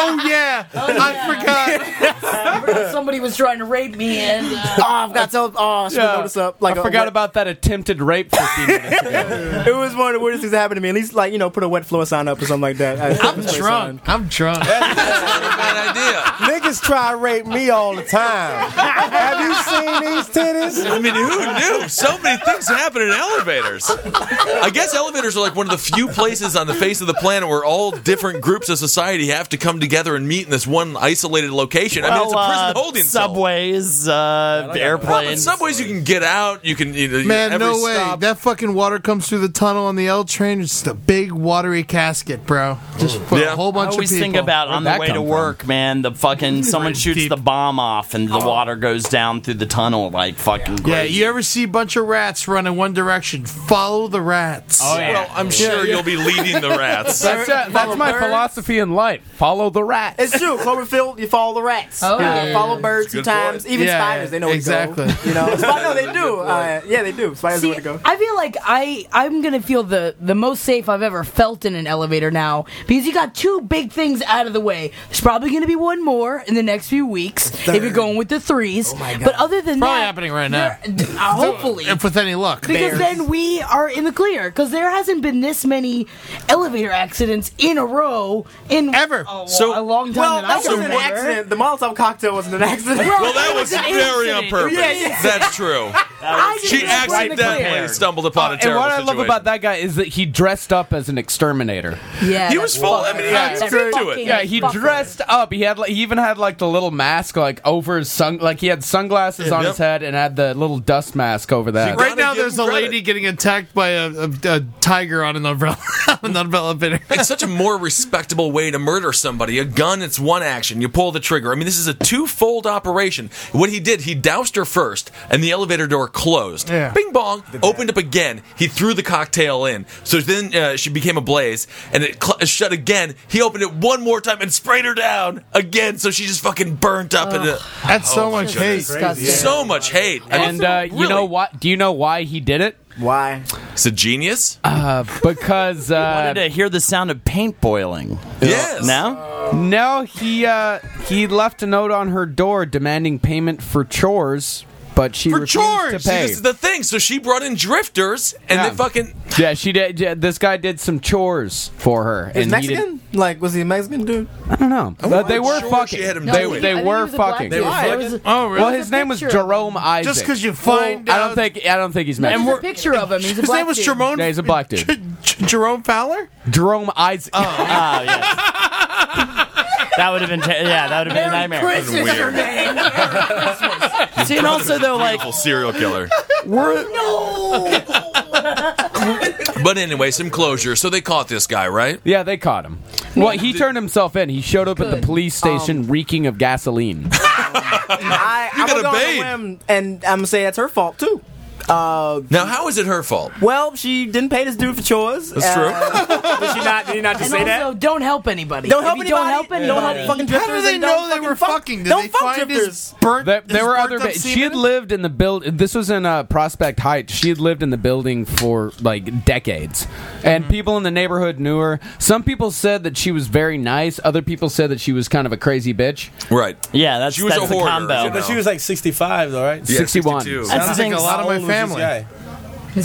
S3: Oh yeah, I forgot.
S10: Somebody was trying to rape me, and uh,
S1: oh, I've got to. Oh, I should have noticed up. Like
S8: I
S1: a
S8: forgot
S1: wet-
S8: about that attempted rape 15 minutes ago.
S1: It was one of the weirdest things that happened to me. At least, like, you know, put a wet floor sign up or something like that. I-
S3: I'm drunk. I'm drunk.
S7: Bad idea.
S11: Niggas try to rape me all the time. Have you seen these titties?
S7: I mean, who knew? So many things happen in elevators. I guess elevators are like one of the few places on the face of the planet where all different groups of society have to come together and meet in this one isolated location. I mean, it's a
S9: Well,
S7: prison
S9: uh,
S7: holding cell.
S9: subways, uh,
S7: Well, but
S9: airplanes.
S7: subways you can get out. You can you know,
S3: Man,
S7: every
S3: no way.
S7: stop-
S3: That fucking water comes through the tunnel on the L train. It's just a big watery casket, bro. Just for
S7: Yeah.
S3: a whole bunch
S9: I
S3: of
S9: always
S3: people.
S9: think about on the
S8: that
S9: way
S8: come
S9: to
S8: from?
S9: work, man. The fucking someone shoots
S3: deep.
S9: the bomb off and the water goes down through the tunnel like fucking crazy.
S3: Yeah, you ever see a bunch of rats run in one direction? Follow the rats.
S7: Well, I'm sure you'll be leading the rats.
S8: That's, uh, that's my
S1: birds.
S8: philosophy in life. Follow the rat.
S1: It's true. Cloverfield, you follow the rats.
S8: Oh,
S1: You know,
S8: yeah.
S1: Follow birds
S7: Good
S1: sometimes.
S7: point.
S1: Even
S3: Yeah,
S1: spiders, they know where
S3: exactly.
S1: to go. You know, Sp- no, they do. Uh, yeah, they do. Spiders know
S10: see,
S1: where to go.
S10: I feel like I I'm gonna feel the the most safe I've ever felt in an elevator now because you got two big things out of the way. There's probably gonna be one more in the next few weeks if you're going with the
S1: Oh
S10: threes. But other than
S3: Probably
S10: that,
S3: happening right now.
S10: there- uh, hopefully.
S3: If with any luck.
S10: Because then we are in the clear. Because there hasn't been this many elevator accidents in a row in
S3: Ever.
S10: a,
S7: So-
S10: so, a long time.
S1: Well,
S10: that I
S1: that
S10: can
S1: wasn't an
S10: remember.
S1: accident. The Molotov cocktail wasn't an accident.
S10: Bro,
S7: Well, that
S10: it
S7: was very on
S10: incident.
S7: purpose.
S10: Yeah, yeah.
S7: That's true.
S10: I just
S7: She
S10: wanna play the
S7: accidentally
S10: clear.
S7: stumbled upon a
S8: and
S7: terrible
S8: what I
S7: situation.
S8: love about that guy is that he dressed up as an exterminator.
S10: Yeah,
S7: He was
S10: that's
S7: full.
S10: fucked.
S7: I mean, he had
S10: That's
S7: to do
S10: fucking
S7: it.
S8: Yeah, he
S10: fucked.
S8: dressed up. He had like, he even had like the little mask like over his sun like he had sunglasses
S7: Yeah,
S8: on
S7: yep.
S8: his head and had the little dust mask over that.
S7: Gotta
S3: Right now,
S7: give him
S3: there's a
S7: credit.
S3: lady getting attacked by a, a, a tiger on an umbrella. an umbrella bitter.
S7: It's such a more respectable way to murder somebody. A gun, it's one action. You pull the trigger. I mean, this is a two-fold operation. What he did, he doused her first, and the elevator door closed.
S3: Yeah.
S7: Bing bong, opened up again. He threw the cocktail in. So then uh, she became a blaze, and it cl- shut again. He opened it one more time and sprayed her down again. So she just fucking burnt up. in a-
S3: That's so much hate.
S10: Disgusting.
S7: so much hate. I mean,
S8: And uh, you know
S7: really?
S8: what? Do you know why he did it? Uh,
S1: Why?
S7: It's a genius.
S8: Because
S9: wanted
S8: uh,
S9: to hear the sound of paint boiling.
S7: Yes.
S9: Now?
S8: no, he uh, he left a note on her door demanding payment for chores, but she
S7: for
S8: refused
S7: chores.
S8: to
S7: See,
S8: pay.
S7: this is the thing. So she brought in drifters, and
S8: Yeah.
S7: they fucking
S8: yeah, she did. yeah, This guy did some chores for her,
S1: Is
S8: and he did-
S1: Mexican? Like, was he a Mexican dude?
S8: I don't know. But they were
S7: sure
S8: fucking.
S7: she had him
S8: they
S7: do it.
S8: they
S10: I think he
S8: were
S10: was a black
S8: fucking.
S10: guy. There was a-
S3: Oh, really?
S8: Well, his name was
S10: picture of him.
S8: Jerome Isaac.
S3: Just because you find
S8: I
S3: out.
S8: don't think I don't think he's
S10: There's
S8: Mexican.
S10: a picture of him. He's a
S3: His
S10: black
S3: name was
S10: dude.
S3: Jerome.
S8: No, he's a black dude.
S3: J- J- Jerome Fowler?
S8: Jerome Isaac.
S9: Ah, yes. That would have been, ter- yeah, that would have been a nightmare.
S10: Christmas, her name.
S9: See, and also, though, like,
S7: Beautiful serial killer. but anyway, some closure. So they caught this guy, right?
S8: yeah, they caught him. Well, he turned himself in. He showed up at
S10: Good.
S8: the police station reeking of gasoline.
S1: I, I'm
S7: gotta
S1: gonna go
S7: bathe.
S1: on a whim, and I'm gonna say that's her fault too. Uh,
S7: Now, how is it her fault?
S1: well, she didn't pay this dude for chores.
S7: That's
S1: uh, true. Did she not? Did he not just
S10: And
S1: say
S10: also,
S1: that?
S10: don't help anybody.
S1: Don't
S10: If
S1: help
S10: you
S1: anybody.
S10: Don't help anybody.
S1: fucking
S3: How
S1: drifters.
S3: do they
S1: and
S3: know
S1: don't
S3: they
S1: fucking
S3: were
S1: fuck-
S3: fucking? Did
S1: don't
S3: they
S1: fuck
S3: find
S1: drifters.
S3: his burnt?
S8: There,
S3: his
S8: there were
S3: burnt
S8: other.
S3: up
S8: Ba- she
S3: semen?
S8: had lived in the build. This was in uh, Prospect Heights. She had lived in the building for like decades, and people in the neighborhood knew her. Some people said that she was very nice. Other people said that she was kind of a crazy bitch.
S7: Right.
S9: yeah, that's,
S7: She was
S9: that's
S7: a
S9: the
S7: hoarder,
S9: combo.
S7: you know.
S11: But she was like 65, though, right?
S7: Yeah,
S8: 61.
S7: 62.
S9: That's the
S3: I think
S9: thing.
S3: a lot of
S11: How old
S3: my
S11: was this
S3: family.
S11: guy?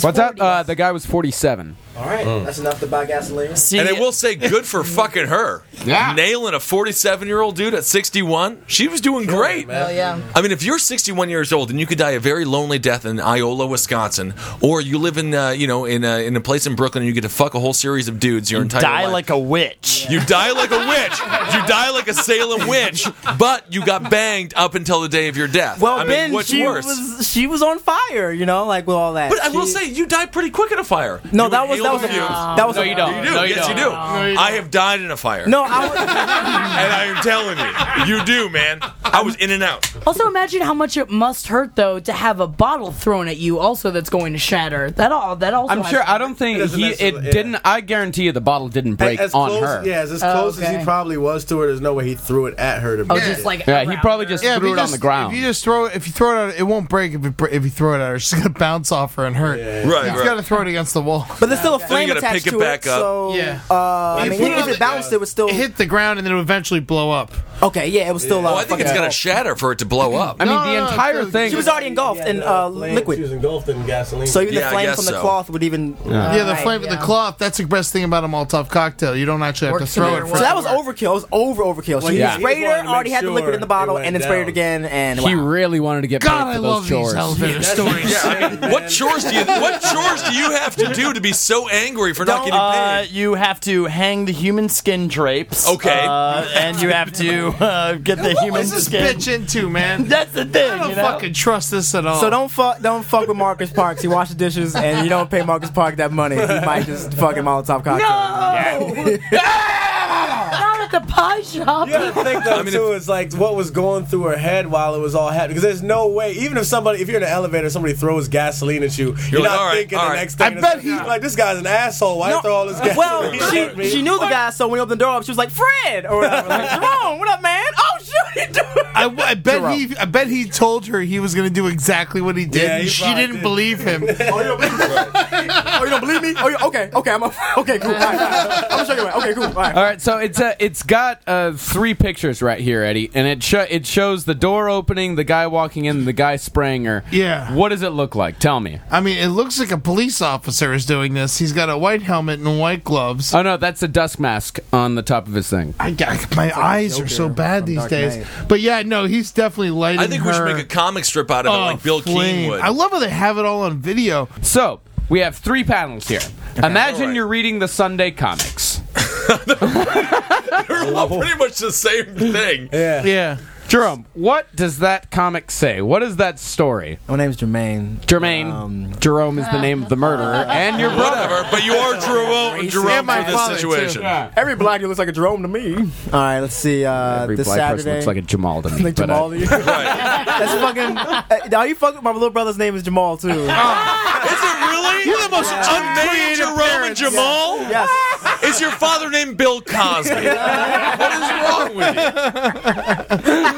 S8: What's that? Uh, the guy was forty-seven.
S1: All right, that's enough to buy gasoline.
S9: See,
S7: And I will say, good for fucking her.
S8: Yeah.
S7: Nailing a 47 year old dude at 61, she was doing great.
S8: Uh,
S10: Hell yeah.
S7: I mean, if you're 61 years old and you could die a very lonely death in Iola, Wisconsin, or you live in, uh, you know, in a, in a place in Brooklyn and you get to fuck a whole series of dudes your entire
S9: die
S7: life.
S9: like a witch.
S7: You die like a witch. You die like a Salem witch, but you got banged up until the day of your death.
S1: Well,
S7: I mean,
S1: Ben,
S7: what's
S1: she
S7: worse?
S1: was she was on fire, you know, like with all that.
S7: but I will
S1: She-
S7: say, you died pretty quick in a fire.
S1: no,
S7: You
S1: that was
S7: inhaled
S1: that was
S7: fumes.
S1: that was
S8: No, you don't.
S7: You do.
S8: No, you
S7: yes,
S8: don't.
S7: you do. I have died in a fire.
S1: No, I
S7: and I am telling you, you do, man. I was in and out.
S10: Also, imagine how much it must hurt though to have a bottle thrown at you. Also, that's going to shatter. That all. That also.
S8: I'm
S10: has
S8: sure.
S10: to-
S8: I don't think
S11: doesn't
S8: he. It
S11: necessarily- yeah.
S8: didn't. I guarantee you, the bottle didn't break
S11: as
S8: on
S11: close,
S8: her.
S11: Yeah, as close as
S10: Oh, okay.
S11: he probably was to her, there's no way he threw it at her to
S10: Oh,
S11: break
S10: just
S11: it.
S10: like
S8: Yeah, he
S10: around
S8: probably
S10: her.
S8: just
S3: Yeah, if
S8: threw
S3: you
S8: it on
S3: just-
S8: the ground.
S3: If you just throw it, if you throw it, out, it won't break. If you, br- if you throw it at her, it's gonna bounce off her and hurt.
S7: Right,
S3: You've
S7: right.
S3: got to throw it against the wall.
S1: but there's still a flame
S7: you gotta
S1: attached
S7: pick it
S1: to
S7: back
S1: it.
S7: up.
S1: So
S3: Yeah.
S1: uh, I
S3: If
S1: mean,
S3: you
S1: even if
S3: know that-
S1: it bounced, it was still
S3: It hit the ground and then it would eventually blow up.
S1: okay. Yeah, it was still.
S7: Oh,
S1: uh,
S7: I think
S1: fucking
S7: it's got to
S1: engulfed.
S7: shatter for it to blow up.
S8: I mean,
S3: No,
S8: the
S3: no, no,
S8: entire
S3: it's-
S8: thing.
S1: She was already engulfed in uh,
S11: flame, She was
S1: liquid,
S11: engulfed in gasoline.
S1: so even
S7: Yeah, I
S1: the flame
S7: guess
S1: from the
S7: so.
S1: cloth would even. uh,
S3: yeah, the
S10: Right,
S3: flame of
S10: yeah.
S3: the cloth. That's the best thing about a Molotov cocktail. You don't actually have
S10: Works
S3: to
S10: no
S3: throw
S10: matter
S3: it.
S10: what.
S1: So that was overkill. It was over overkill. She
S8: Yeah.
S1: sprayed
S11: He wanted
S1: her,
S11: to
S1: already
S11: make
S1: had the liquid
S11: sure
S1: in the bottle,
S11: it
S1: and then
S11: went
S1: sprayed it
S11: down.
S1: again. And
S8: He
S1: wow.
S8: really wanted to get
S3: God,
S8: paid
S3: I
S8: for those
S3: love
S8: chores.
S3: these elevator stories.
S7: Yeah, I mean, what chores do you what chores do you have to do to be so angry for not
S1: Don't,
S7: getting
S9: Uh,
S7: paid?
S9: you have to hang the human skin drapes.
S7: Okay.
S9: Uh, and you have to uh, get the
S3: What
S9: human
S3: is this
S9: skin.
S3: bitch into, man?
S9: That's the thing.
S3: I don't
S9: you know?
S3: fucking trust this at all.
S9: Oh.
S1: So don't fuck, don't fuck with Marcus Parks. He washed the dishes, and you don't pay Marcus Park that money. He might just fucking Molotov cocktail.
S10: Not at the pie shop.
S11: You gotta think though
S7: mean,
S11: too. It's like what was going through her head while it was all happening. Because there's no way, even if somebody, if you're in an elevator, somebody throws gasoline at you, you're,
S7: like,
S11: not
S7: all right,
S11: thinking
S7: all
S11: the
S7: right.
S11: next thing.
S3: I bet he-
S11: like this guy's an asshole. Why
S1: No,
S11: throw all this gasoline?
S1: well,
S11: at me?
S1: she, she knew the guy, so when he opened the door up, she was like, Fred! Or whatever. Like, Jerome, what up, man? Oh, shit, you doing?
S3: I, I bet he. I bet he told her he was going to do exactly what he did.
S11: Yeah,
S3: and
S11: he
S3: she
S11: probably
S3: didn't
S11: did.
S3: believe him.
S1: Oh, you don't believe me? Oh, you, okay, okay, I'm a, okay, cool. All right, all right. I'm gonna show you. around. Okay, cool. All right.
S8: All right, so it's uh, it's got uh, three pictures right here, Eddie, and it sho- it shows the door opening, the guy walking in, the guy spraying her.
S3: Yeah.
S8: What does it look like? Tell me.
S3: I mean, it looks like a police officer is doing this. He's got a white helmet and white gloves.
S8: Oh no, that's a dust mask on the top of his thing.
S3: I got, my eyes are so bad these
S1: Dark
S3: days.
S1: Knight.
S3: But yeah, no, he's definitely lighting.
S7: I think we should
S3: her
S7: make a comic strip out of it,
S3: a
S8: Oh,
S7: like Bill
S3: flame.
S7: Keane would.
S3: I love how they have it all on video.
S8: So we have three panels here. Imagine you're reading the Sunday comics.
S7: They're all pretty much the same thing.
S11: Yeah.
S3: Yeah.
S8: Jerome, what does that comic say? What is that story?
S1: My name's Jermaine. Um,
S8: Jermaine, Jerome is the name of the murderer, and your brother.
S7: Whatever, but you are Jerome, Jerome
S3: Yeah, my
S7: for this
S3: father, too.
S7: situation.
S8: Yeah.
S1: Every black dude looks like a Jerome to me. All right, let's see. Uh,
S8: Every
S1: this
S8: black person
S1: Saturday.
S8: looks like a Jamal to me.
S1: Like
S8: but, uh,
S1: Jamal to you.
S7: Right.
S1: That's fucking. Uh, are you fucking? My little brother's name is Jamal too.
S7: Is it really? You're the most unnamed Jerome and Jamal?
S1: yes.
S7: Is your father named Bill Cosby? what is wrong with you?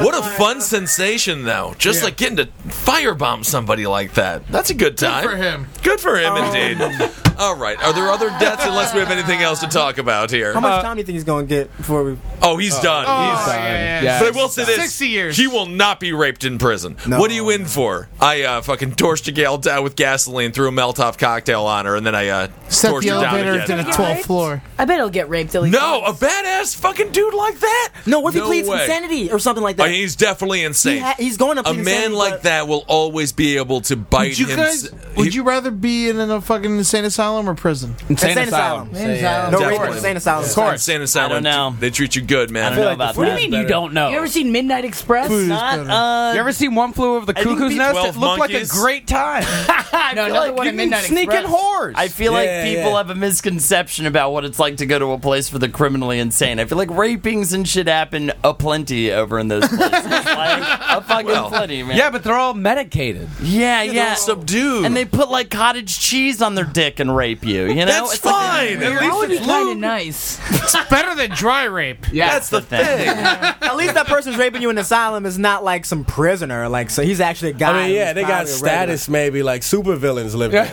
S7: What a fun sensation, though. Just like getting to firebomb somebody like that. That's a good time.
S3: for him.
S7: Good for him, Oh. indeed. All right. Are there other deaths, unless we have anything else to talk about here?
S1: How much time do you think he's gonna get before we?
S7: Oh, he's done. he's
S3: Oh,
S7: done.
S3: yeah, yeah.
S8: Yeah.
S7: But I will say this:
S3: 60 years.
S7: He will not be raped in prison.
S1: No.
S7: what are you in for? I uh, fucking torched a gal down with gasoline, threw a Meltov cocktail on her, and then I uh,
S3: Set
S7: torched
S3: the
S7: her down
S3: elevator to
S7: again.
S3: the twelfth floor.
S10: I bet he'll get raped. Till he
S7: No, a badass fucking dude like that.
S1: No, what if he pleads
S7: way.
S1: insanity or something
S7: I
S1: like that?
S7: mean, he's definitely insane.
S1: He ha- he's going to
S7: a
S1: plead
S7: man
S1: insanity,
S7: like
S1: but-
S7: that will always be able to bite
S3: Would you
S7: him.
S3: guys? Would you rather be in a fucking insane asylum or prison?
S8: Insane,
S1: Insane
S8: asylum.
S1: asylum.
S8: Say, uh,
S1: No,
S7: Definitely.
S1: rape, insane asylum. Of course.
S7: Insane asylum.
S9: I don't know.
S7: They treat you good, man.
S9: I don't know about
S11: What do you
S9: that.
S11: mean?
S8: You don't know.
S10: You ever seen Midnight Express?
S9: Not, uh,
S8: You ever seen One Flew Over the
S9: think
S8: Cuckoo's
S9: we-
S8: Nest? It
S7: 12
S8: looked like a
S7: monkeys.
S8: great time.
S10: no, another one
S8: you
S10: at
S8: can
S10: Midnight
S8: sneak in
S10: Express.
S8: whores.
S9: I feel
S11: Yeah,
S9: like people
S11: yeah.
S9: have a misconception about what it's like to go to a place for the criminally insane. I feel like rapings and shit happen aplenty over in those places. like, a fucking plenty, man.
S8: yeah, but they're all medicated.
S9: yeah, yeah.
S7: subdued.
S9: and they put like cottage cheese on their dick and rape you. You know,
S7: That's
S9: It's like-
S7: fine. At
S10: That
S7: least
S10: would be
S7: it's
S10: kind of
S7: lube.
S10: nice.
S3: Better than dry rape.
S8: Yeah.
S7: That's the thing.
S1: At least that person's raping you in asylum is not like some prisoner. Like, so he's actually a guy.
S11: I mean, yeah,
S1: who's
S11: they got
S1: probably a regular.
S11: status maybe like supervillains live there.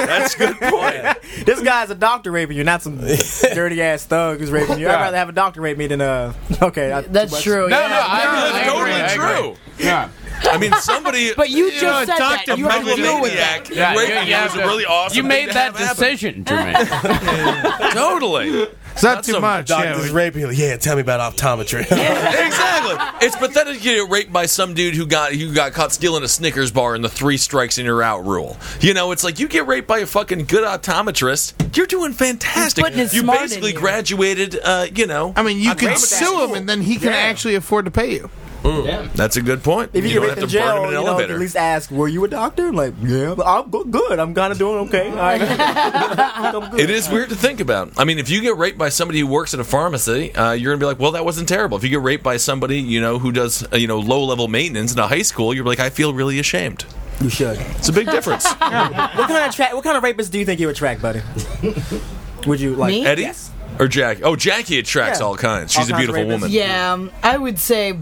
S7: That's a good point.
S1: This guy's a doctor raping you, not some dirty ass thug who's raping you. I'd rather have a doctor rape me than uh. Okay, I, too
S10: That's
S1: much.
S10: true. yeah.
S7: That's
S8: agree,
S7: totally
S8: I agree.
S7: true.
S8: Yeah.
S7: I mean, somebody.
S10: But you just
S3: know,
S10: said that.
S3: Dr.
S10: You have to deal with that.
S7: Megalomaniac yeah, raping you
S8: have
S7: was a
S8: to-
S7: really awesome.
S8: You
S7: thing
S8: made
S7: to
S8: that
S7: have happen.
S8: decision, Jermaine.
S7: Totally.
S3: It's not
S7: That's
S3: too
S7: a
S3: much. Yeah,
S11: Doctors
S3: we-
S11: raping you. Yeah, tell me about optometry.
S7: exactly. It's pathetic to get raped by some dude who got who got caught stealing a Snickers bar in the three strikes and you're out rule. You know, it's like you get raped by a fucking good optometrist. You're doing fantastic.
S10: He's putting his
S7: you
S10: smart in
S7: basically
S10: you.
S7: graduated. Uh, you know,
S3: I mean, you
S7: great
S3: can
S7: with that
S3: sue him,
S7: school.
S3: and then he can
S7: Yeah.
S3: actually afford to pay you.
S7: that's a good point.
S1: If
S7: don't
S1: you, get
S7: have
S1: raped
S7: to
S1: in jail,
S7: burn him in
S1: you
S7: an
S1: know,
S7: elevator.
S1: at least ask, "Were you a doctor?" I'm like, yeah, but I'm good. good. I'm kind of doing okay. All right. I'm good.
S7: It is weird to think about. I mean, if you get raped by somebody who works in a pharmacy, uh, you're gonna be like, "Well, that wasn't terrible." If you get raped by somebody you know who does uh, you know low level maintenance in a high school, you're like, "I feel really ashamed."
S1: You should.
S7: It's a big difference.
S1: What kind of tra- what kind of rapist do you think you attract, buddy? Would you like
S10: Me?
S7: Eddie
S1: Yes.
S7: or Jackie? Oh, Jackie attracts
S1: Yeah.
S7: all kinds.
S1: All
S7: She's a
S1: kinds of
S7: beautiful
S1: rapists.
S7: woman.
S10: Yeah, um, I would say,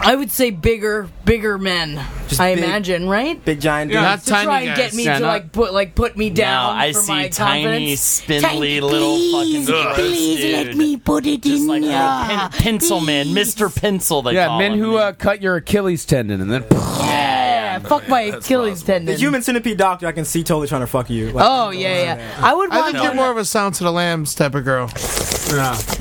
S10: I would say bigger, bigger men.
S1: Just
S10: I
S1: big-
S10: imagine, right?
S1: Big giant dude.
S3: Yeah, that's
S10: to try
S3: tiny
S10: and
S3: guys.
S10: get me
S8: Yeah,
S10: to
S8: not-
S10: like put like put me
S9: Now
S10: down.
S9: I
S10: for
S9: see
S10: my
S9: tiny,
S10: confidence.
S9: spindly little fucking.
S7: Ugh.
S9: Please let me put it Just in like little pen- pencil man, Mr. Pencil. They
S8: yeah,
S9: call
S8: men
S9: him.
S8: who uh, cut your Achilles tendon and then.
S10: Yeah, fuck my Achilles
S1: The
S10: tendon.
S1: human centipede doctor, I can see totally trying to fuck you. Like,
S10: Oh yeah, yeah. I would
S3: I
S10: want.
S3: think you're more of a Sound to the Lambs type of girl.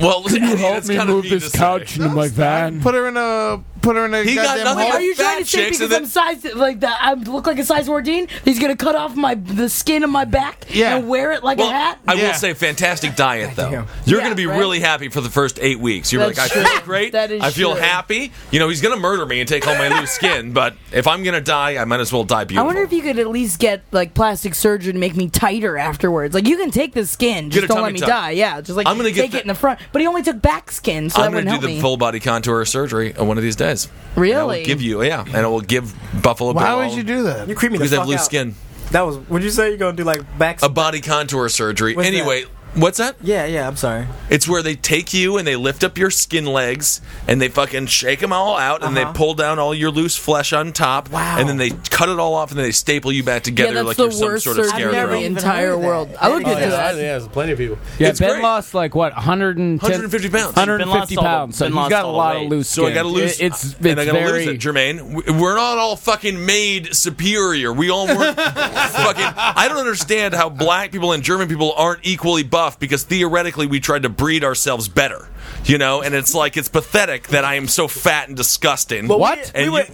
S7: Well, Eddie, that's kind of mean to say.
S8: into my van?
S3: Put her in a put her in a
S7: He got
S3: goddamn
S7: nothing
S3: hole.
S10: are you
S7: fat
S10: trying to say
S7: chicks
S10: because
S7: and
S10: I'm size like that? I look like a size 14. He's gonna cut off my the skin of my back
S3: Yeah.
S10: and wear it like
S7: Well,
S10: a hat.
S7: I
S3: Yeah.
S7: will say, fantastic diet though.
S1: Goddamn.
S7: You're
S10: Yeah,
S7: going to be
S10: right?
S7: really happy for the first eight weeks. You're
S10: That's
S7: like, I
S10: true.
S7: feel great.
S10: That is
S7: I feel
S10: true.
S7: happy. You know, he's going to murder me and take all my loose skin. But if I'm going to die, I might as well die
S10: I
S7: beautiful.
S10: wonder if you could at least get like plastic surgery to make me tighter afterwards. Like you can take the skin,
S7: Get
S10: just
S7: a
S10: don't
S7: tummy
S10: let me
S7: tuck.
S10: die. Yeah, just like
S7: I'm gonna get
S10: take
S7: the-
S10: it in the front. But he only took back skin, so
S7: I'm
S10: that
S7: going
S10: wouldn't
S7: to do
S10: help
S7: the
S10: me.
S7: full body contour surgery on one of these days. And I will
S10: really?
S7: give you, yeah, and I will give Buffalo
S3: Why
S7: Bill
S3: would
S7: all-
S3: you do
S1: you
S3: that?
S1: creep me the
S7: Because I have
S1: fuck
S7: loose
S1: out.
S7: skin.
S1: That was. Would you say you're gonna do like back?
S7: A body contour surgery.
S1: What's
S7: anyway, what's that?
S1: yeah, yeah. I'm sorry.
S7: It's where they take you and they lift up your skin legs and they fucking shake them all out and they
S10: Uh-huh.
S7: pull down all your loose flesh on top.
S1: Wow.
S7: And then they cut it all off and then they staple you back together
S10: that's
S7: like
S10: the
S7: you're some
S10: worst
S7: sort of
S10: surgery I've never
S7: scarecrow.
S10: even-
S1: Even
S10: entire
S1: heard of that.
S10: world. I would
S1: Yeah,
S10: get
S1: yeah.
S10: to that.
S11: yeah, there's plenty of people.
S8: Yeah,
S7: It's
S8: Ben
S7: great.
S8: lost like what 110,
S7: 150 pounds.
S9: Ben
S8: 150
S9: lost all the-
S8: pounds. So
S9: Ben
S8: he's
S9: lost
S8: got a
S9: all the
S8: lot of
S9: weight.
S8: loose skin.
S7: So I got to lose.
S8: It, it's it's
S7: and I gotta
S8: very
S7: lose it, Jermaine. We- We're not all fucking made superior. We all work fucking. I don't understand how black people and German people aren't equally buff off because theoretically we tried to breed ourselves better, you know. And it's like it's pathetic that I am so fat and disgusting.
S1: But we- What?
S7: And
S1: we
S7: you-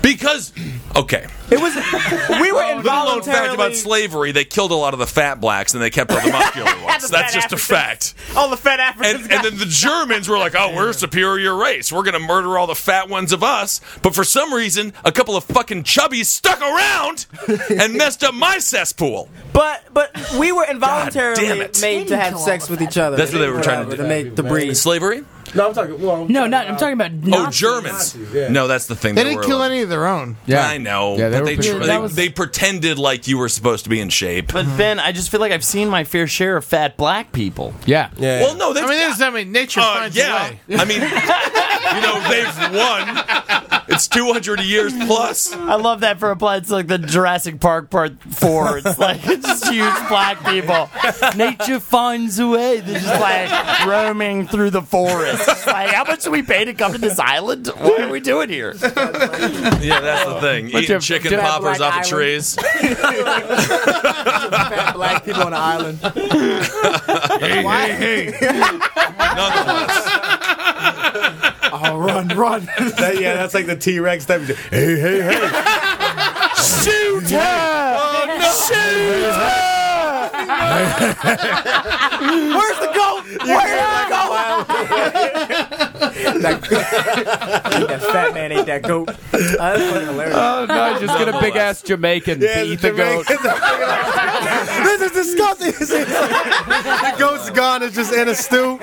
S7: because okay,
S1: It was we were
S7: little known fact about
S1: involuntarily.
S7: slavery: they killed a lot of the fat blacks and they kept all the muscular ones. That's just a fact.
S1: All Oh, the
S7: And,
S1: fat Africans.
S7: and then the Germans were like, "Oh, we're a superior race. We're going to murder all the fat ones of us." But for some reason, a couple of fucking chubbies stuck around and messed up my cesspool.
S1: But but we were involuntarily
S7: it.
S1: made to have sex with each other.
S7: That's what they were trying to do.
S1: To make the breed.
S7: Slavery?
S11: No, I'm talking. Well,
S10: No, not. I'm talking about.
S7: Oh,
S10: Nazis.
S7: Germans. No, that's the thing.
S3: They
S7: that
S3: didn't
S7: we're
S3: kill
S7: allowed-
S3: any of their own.
S8: Yeah.
S7: I know.
S8: Yeah, they
S7: but
S8: were
S7: they,
S8: pretty
S7: tr-
S8: sure.
S7: they,
S8: That was-
S7: they pretended like you were supposed to be in shape.
S8: Mm-hmm.
S9: But Ben, I just feel like I've seen my fair share of fat black people.
S8: Yeah.
S11: Yeah.
S7: Well, Oh, no, that's
S3: I mean, there's I mean, nature
S7: uh,
S3: finds a
S7: yeah.
S3: way.
S7: I mean, you know, they've won. It's 200 years plus.
S9: I love that for a plot. It's like the Jurassic Park Part Four. It's like it's just huge black people. Nature finds a way. They're just like roaming through the forest. It's like, how much do we pay to come to this island? What are we doing here?
S7: Yeah, that's the thing. Eating
S8: of-
S7: chicken
S8: do I have
S7: poppers
S1: Black
S7: off
S1: Island?
S7: of trees.
S1: fat black people on the island.
S7: Nonetheless.
S1: Oh, run, run.
S11: That- yeah, that's like the T Rex type. Hey, hey, hey!
S9: Shoot her!
S8: Oh,
S1: Where's the goat? Where's the
S11: oh,
S1: goat? that, that fat man ate that goat. Uh, that's fucking hilarious.
S8: Oh no! Just get a big ass Jamaican
S11: Yeah,
S8: beat
S11: the
S8: the goat.
S11: this is disgusting. the goat's gone. It's just in a stew.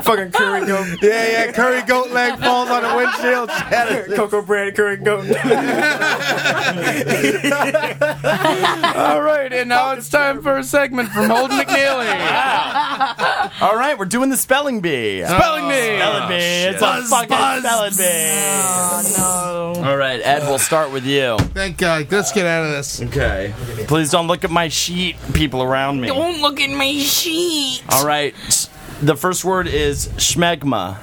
S1: fucking curry goat.
S11: Yeah, yeah. Curry goat leg falls on the windshield. Shattered.
S1: Cocoa bread, curry goat.
S8: All right, and now it's time for a segment from Old McNeely.
S9: All right, we're doing the spelling bee.
S8: Spelling
S7: Oh.
S8: me.
S9: Spelling bee. It's a fucking spelling bee. All right, Ed, we'll start with you.
S3: Thank God. Let's get out of this.
S9: Okay. Please don't look at my sheet, people around me.
S10: Don't look at my sheet.
S9: All right. The first word is schmegma.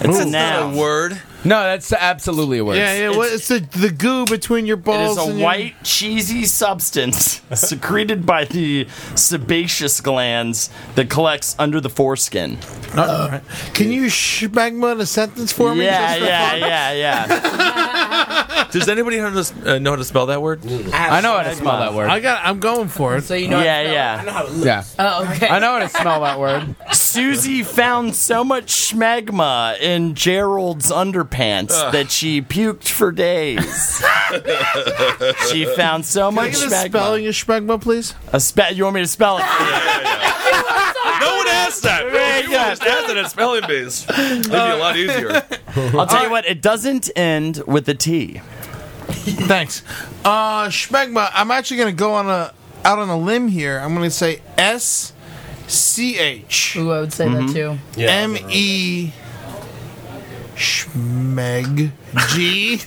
S9: It's a noun.
S7: word.
S8: No, that's absolutely a word.
S3: Yeah, yeah. What, it's the, the goo between your
S9: It is
S3: balls.
S9: a
S3: and your-
S9: white, cheesy substance secreted by the sebaceous glands that collects under the foreskin.
S3: Can you schmegma in a sentence for me?
S9: yeah,
S3: just for
S9: yeah,
S3: fun?
S9: yeah, yeah.
S7: Does anybody know how to, s- uh, know how to spell that word?
S8: I know how to smell that word.
S3: I got. I'm going for it.
S10: So you know.
S9: yeah, yeah.
S8: Yeah,
S10: Oh, okay.
S8: I know how to smell that word.
S9: Susie found so much schmegma in Gerald's underpants that she puked for days. she found so
S3: Can I
S9: much
S3: get the
S9: schmegma.
S3: spelling of schmegma, please?
S9: A spe- you want me to spell it? for you?
S7: No one asked that.
S9: Very
S7: You
S9: good.
S7: just asked it at spelling bees. It'd be a lot easier.
S9: I'll tell you what, it doesn't end with a T.
S3: Thanks. Uh, schmegma. I'm actually going to go on a out on a limb here. I'm going to say S C H
S10: Ooh, I would say
S7: Mm-hmm.
S10: that too.
S3: M E schmeg G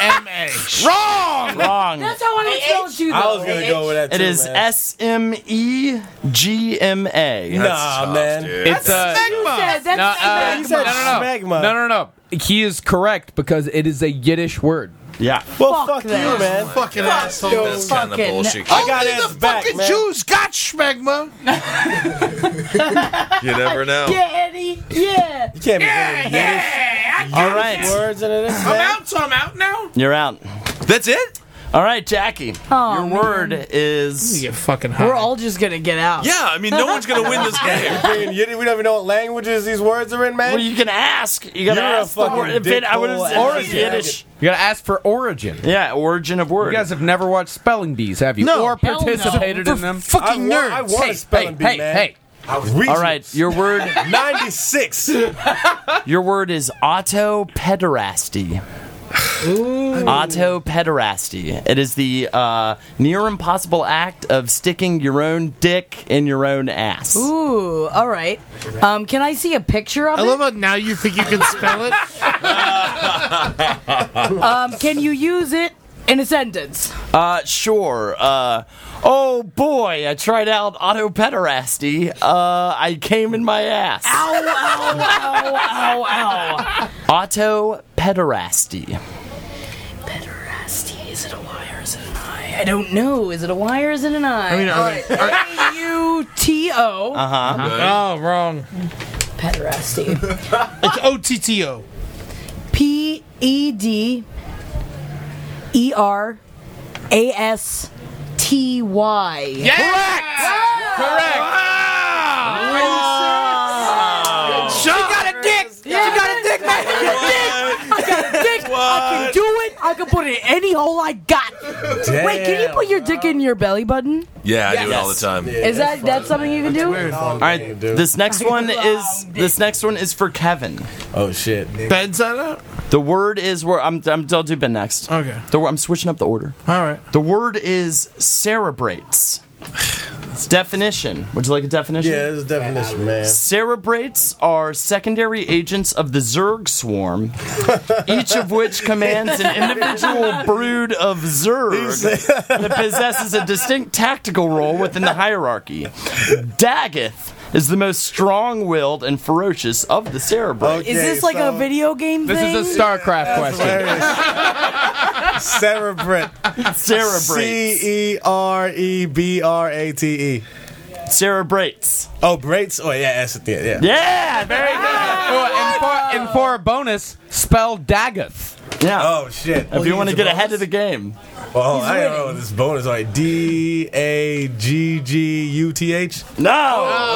S3: M A. Wrong.
S9: Wrong.
S10: That's how I would spell you.
S11: I was gonna go with that.
S9: It
S11: too,
S9: is
S11: man.
S9: S M E G M A.
S11: Nah, man.
S10: Yeah, that's
S8: It's uh, no, uh,
S10: that's-
S11: said
S8: no, no, no,
S11: schmegma.
S8: no, no, no. He is correct because it is a Yiddish word.
S9: Yeah.
S11: Well,
S10: Fuck
S11: fuck, you,
S10: that.
S11: man.
S3: Fucking asshole.
S7: That's kind of
S10: Fucking-
S7: bullshit.
S11: I got
S3: Only
S11: ass
S3: the
S11: back,
S3: fucking
S11: man.
S3: Jews got schmegma.
S7: You never know.
S10: Yeah, Eddie. Yeah.
S11: You can't be doing
S9: All right.
S11: words into this.
S3: I'm
S11: Man.
S3: out, so I'm out now.
S9: You're out.
S7: That's it?
S9: All right, Jackie.
S10: Aw,
S9: your
S10: man.
S9: word is
S3: You fucking high.
S10: We're all just gonna get out.
S7: Yeah, I mean, no one's going to win this game.
S11: Being Yiddish, we don't even know what languages these words are in, man.
S9: well, you can ask. You gotta
S11: You're a
S9: ask the
S11: fucking
S9: word. If it, I would have
S11: dickhole
S9: said
S11: ass
S9: Yiddish.
S8: You gotta ask for origin.
S9: Yeah, origin of word.
S8: You guys have never watched spelling bees, have you?
S3: No.
S8: Or
S10: Hell no.
S8: participated in them?
S11: I
S3: fucking
S11: want, I
S3: nerds.
S11: want
S8: Hey,
S11: a spelling bee,
S8: hey, hey,
S11: man.
S8: hey.
S11: I was reading
S9: All right, your word.
S11: 96.
S9: Your word is autopederasty. Autopederasty. It is the uh, near impossible act of sticking your own dick in your own ass.
S10: Ooh. All right. Um, can I see a picture of
S3: I
S10: it?
S3: love how now you think you can spell it.
S10: Um, can you use it in a sentence?
S9: Uh, sure. Uh, oh boy, I tried out autopederasty. Uh, I came in my ass.
S10: Ow! Ow! Ow! Ow! Ow!
S9: Autopederasty.
S10: Pederasty. Is it a Y or is it an I? I don't know. Is it a Y or is it an I?
S3: I mean, are they-
S10: A U T O.
S3: Oh, wrong.
S10: Pederasty.
S3: it's O T T O.
S10: P E D E R A S T Y.
S4: Correct! Correct! Wow! She got a dick! She got a dick, man!
S10: I got a dick. I can do it. I can put it in any hole I got. Wait, can you put your dick in your belly button?
S7: Yeah, I do it
S9: Yes.
S7: all the time.
S10: Is that that's something you can do?
S9: All right, this next one is this next one is for Kevin.
S11: Oh shit,
S3: Ben's that out?
S9: The word is where I'm. I'm I'll do Ben next.
S3: Okay.
S9: The, wor- I'm switching up the order.
S3: All right.
S9: The word is cerebrates. It's definition. Would you like a definition?
S11: Yeah, it's a definition, man.
S9: Cerebrates are secondary agents of the Zerg swarm, each of which commands an individual brood of Zerg that possesses a distinct tactical role within the hierarchy. Dageth is the most strong willed and ferocious of the Cerebrates.
S10: Is this like a video game
S9: This
S10: thing?
S9: is a StarCraft Yeah, that's question.
S11: Cerebrate.
S9: Cerebrates.
S11: C E R E B R A T E.
S9: Cerebrates.
S11: Oh, Brates? Oh, yeah, that's the yeah.
S9: Yeah, very good.
S8: Oh, and, for, and for a bonus, spell Daggoth.
S9: Yeah.
S11: Oh, shit.
S9: If you want to get ahead of the game.
S11: Well, I don't know this bonus. All right. D A G G U T H. Oh,
S9: No.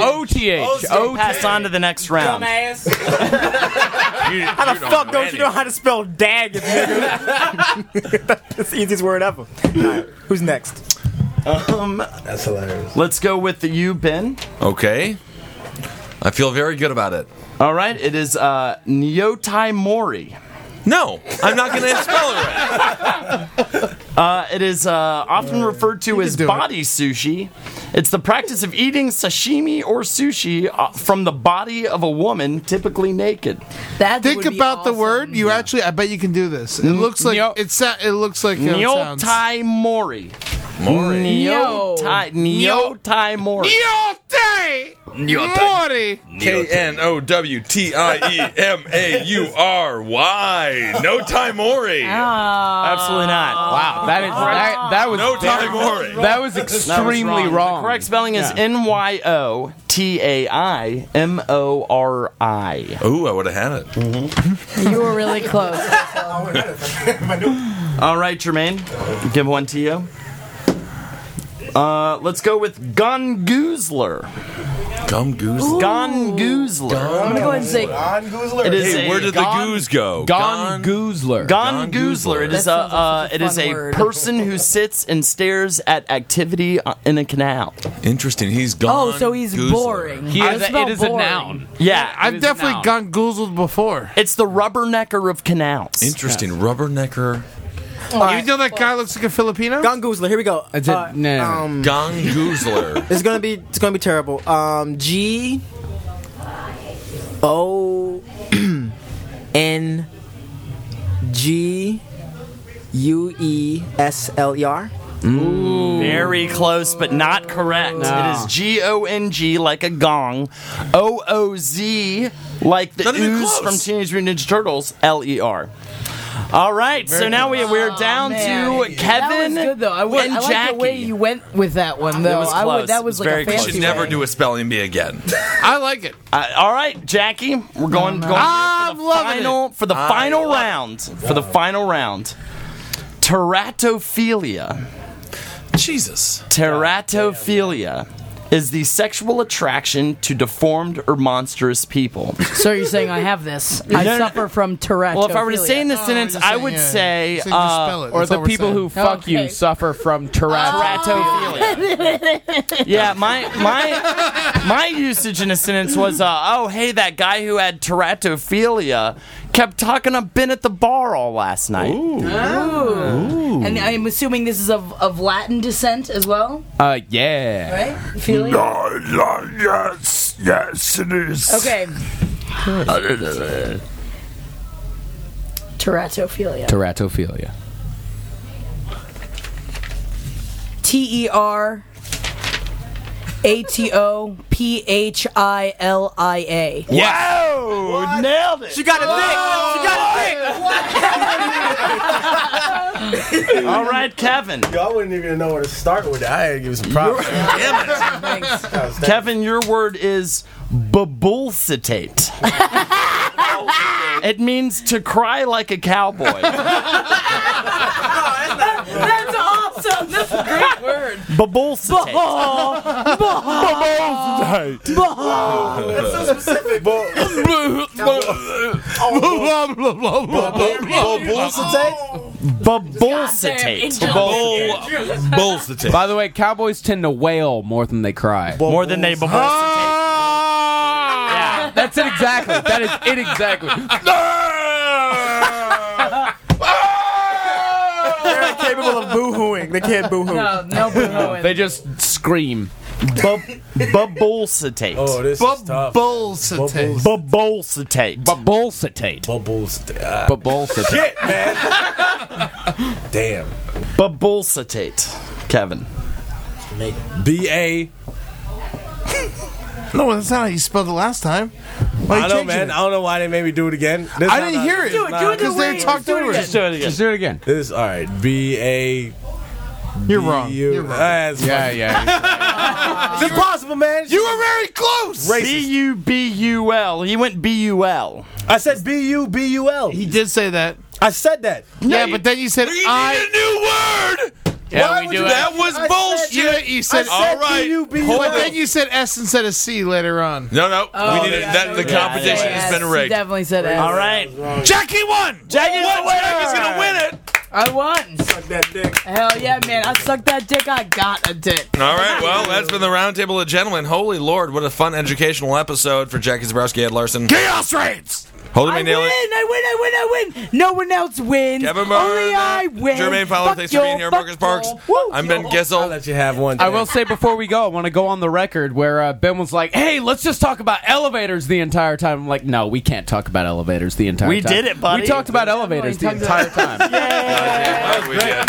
S8: OTH.
S9: Oh, pass on to the next round.
S1: How the fuck don't you know how to spell dag? nigga? That's the easiest word ever. Alright, who's next?
S9: Um,
S11: That's hilarious.
S9: let's go with the you, Ben.
S7: Okay. I feel very good about it.
S9: All right, it is uh, Nyotai Mori.
S7: No, I'm not going to spell it right.
S9: Uh, it is uh, often referred to as body sushi. It's the practice of eating sashimi or sushi uh, from the body of a woman, typically naked.
S10: That
S3: Think
S10: would be
S3: about the
S10: awesome.
S3: word. You actually, I bet you can do this. It looks like
S8: Nyo-
S3: it's. sa- It looks like how it sounds.
S9: Nyotai Mori.
S7: Maury.
S9: Nyotai, Nyotai Mori.
S3: Nyotai Mori.
S7: K N O W T I E M A U R Y. No Taimori.
S9: Absolutely not.
S8: Wow, that is that, that was
S7: No
S8: very-
S7: Taimori.
S8: That was extremely wrong.
S9: The correct spelling is N Y O T A I M O R I.
S7: Ooh, I would have had it.
S10: You were really close.
S9: All right, Jermaine, give one to you. Uh, let's go with Gun Goozler.
S7: Gum goose.
S9: Gun Goozler.
S10: I'm gonna go ahead and say
S9: It is
S7: Hey,
S9: a
S7: where did
S9: gon-
S7: the goose go?
S8: Gone Goozler.
S7: Gon
S9: Gon Goozler. It is a,
S10: sounds
S9: uh,
S10: like such a
S9: it is
S10: fun
S9: a
S10: word.
S9: person who sits and stares at activity uh, in a canal.
S7: Interesting. He's gone.
S10: Oh, so he's
S7: goozler.
S10: boring.
S8: He
S10: I
S8: is a,
S10: spelled
S8: it is a
S10: boring.
S8: noun.
S9: Yeah,
S8: is
S9: I-
S3: I've
S8: a
S3: definitely
S8: noun.
S3: gone goozled before.
S9: it's the rubbernecker of canals.
S7: Interesting. Rubbernecker.
S3: you know that guy looks like a Filipino.
S1: Gun Goozler, here we go.
S8: That's it.
S1: Uh,
S8: No.
S1: Um,
S7: Gong goozler.
S1: it's gonna be it's gonna be terrible. Um G O N G U E S L E R.
S9: Very close, but not correct. It is G O N G like a gong, O O Z like the
S7: Not even
S9: ooze
S7: close.
S9: from Teenage Mutant Ninja Turtles, L E R. All right, so now we we're down
S10: Oh, man.
S9: to
S10: That
S9: Kevin
S10: was good though. I, would,
S9: and
S10: I like
S9: Jackie.
S10: the way you went with that one though.
S9: It was
S10: I
S9: close.
S10: would,
S9: It
S10: that was,
S9: was
S10: like
S9: very
S10: a
S9: close.
S10: fancy
S7: Should never
S10: way.
S7: do a spelling bee again.
S3: I like it.
S9: Uh, all right, Jackie, we're going, going
S3: I'm
S9: for the
S3: loving
S9: final for the
S7: I
S9: final
S7: love it.
S9: round for the final round. Teratophilia.
S7: Jesus.
S9: Teratophilia is the sexual attraction to deformed or monstrous people.
S10: So you're saying I have this? I
S9: no, no.
S10: suffer from Tourette.
S9: Well, if I were to say in this sentence,
S3: Oh,
S9: I would say
S3: So you just
S9: uh,
S3: spell it.
S8: Or
S3: That's
S8: the
S3: all we're
S8: people
S3: saying.
S8: who fuck
S10: Okay.
S8: you suffer from Tourette.
S9: teratophilia. yeah, my my my usage in a sentence was, uh, "Oh, hey, that guy who had teratophilia kept talking up Ben at the bar all last night."
S10: and I'm assuming this is of, of Latin descent as well,
S8: Uh, yeah.
S10: right? Feeling.
S7: yes, yes, it is.
S10: Okay. Teratophilia.
S8: Teratophilia.
S10: T E R A T O P H I L I A.
S9: Whoa! Nailed it!
S10: She got a dick! She got a dick!
S9: All right, Kevin.
S11: Yo, I wouldn't even know where to start with that. I had to give you some props.
S9: Kevin, your word is babulcitate. it means to cry like a cowboy.
S10: That's awesome! That's a great word.
S9: Babulcitate.
S11: That's so specific. But,
S9: Babulcitate.
S7: Bull, bulls the tip.
S8: By the way, cowboys tend to wail more than they cry.
S9: More than they
S7: Ah!
S9: babulcitate. Yeah.
S8: That's it exactly. That is it exactly.
S1: They're not capable of boohooing. They can't boohoo.
S10: No, no, no.
S8: They just scream.
S9: Bub- babulcitate.
S11: oh, this is tough.
S3: Bubbles.
S11: Bubbles.
S9: Babulcitate.
S8: Babulcitate.
S11: Bubbles. Ah,
S8: Babulcitate.
S11: shit, man. Damn.
S9: Babulcitate. Kevin.
S11: B A.
S3: No, that's not how you spelled it last time. Why you
S11: I don't know,
S3: changing
S11: man.
S3: it?
S11: I don't know why they made me do it again. This
S3: I
S11: time
S3: didn't hear it.
S10: Do it, do it the
S3: Because
S10: way-
S3: they
S10: just
S3: talked
S10: do it
S3: over it.
S10: again.
S9: Let's do it again.
S8: Just do it again.
S11: This all right. B A.
S3: You're wrong.
S11: U-
S3: You're wrong.
S11: Ah, it's
S8: Yeah, yeah.
S11: fine. It's impossible, man.
S3: You were very close.
S9: B U B U L. He went B U L.
S11: I said B U B U L.
S3: He did say that.
S11: I said that.
S3: Yeah, but then you said I.
S7: need a new word.
S8: Yeah,
S11: Why
S8: we
S11: would
S8: do
S11: you
S8: it.
S11: ask-
S7: That was
S11: I said
S7: bullshit.
S11: that.
S3: You said,
S11: I
S7: all right.
S11: B-U-B-U-L.
S3: But then you said S instead of C later on.
S7: No, no. we need
S10: yeah,
S7: a, that, the
S9: yeah,
S7: competition
S9: yeah.
S7: has been
S10: Yes,
S7: rigged.
S10: Definitely said S.
S9: All right.
S7: Jackie won.
S9: Jackie's
S7: One
S9: the winner.
S7: Jack is gonna win it.
S10: I won.
S11: that dick.
S10: Hell yeah, man. I sucked that dick. I got a dick.
S7: All right, well, that's been the roundtable of gentlemen. Holy Lord, what a fun educational episode for Jackie Zabrowski, Ed Larson.
S3: Chaos reigns.
S7: Holy
S10: I win,
S7: McNeely.
S10: I win, I win, I win. No one else wins.
S7: Kevin
S10: Only
S7: Byrne,
S10: I win.
S7: Jermaine Fowler,
S10: Fuck
S7: thanks for being
S10: y'all,
S7: here.
S10: fuck
S7: Marcus Parks.
S10: y'all. Woo,
S7: I'm Ben
S10: y'all.
S11: I'll
S7: Gessel.
S11: let you have one.
S8: I
S11: Dan.
S8: will say before we go, I want to go on the record where uh, Ben was like, "Hey, let's just talk about elevators the entire time." I'm like, "No, we can't talk about elevators the entire
S9: We
S8: time."
S9: did it, buddy.
S8: We talked about elevators the entire time.
S7: Oh, we did.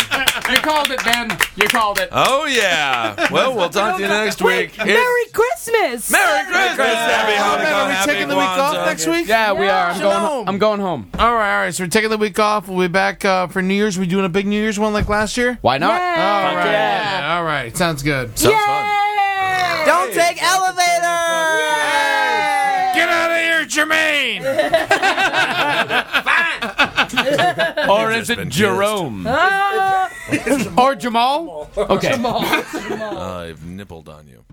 S8: You called it, Ben. You called it.
S7: Oh, yeah. Well, we'll talk to you next week. It's-
S10: Merry Christmas.
S7: Merry Christmas. Happy Hanukkah.
S3: Are we
S7: Happy
S3: taking the week off
S7: Kwanzaa.
S3: next week?
S8: Yeah, we are. I'm
S3: Shalom.
S8: going. I'm going home.
S3: All right, all right. So we're taking the week off. We'll be back uh, for New Year's. We doing a big New Year's one like last year?
S8: Why not?
S10: Yeah.
S3: All right.
S9: yeah.
S3: All right. Sounds good.
S7: Sounds fun.
S1: Don't take elevator.
S3: Get out of here, Jermaine.
S8: Or is
S7: been
S8: it Jerome? or Jamal? Okay.
S7: I've nippled on you.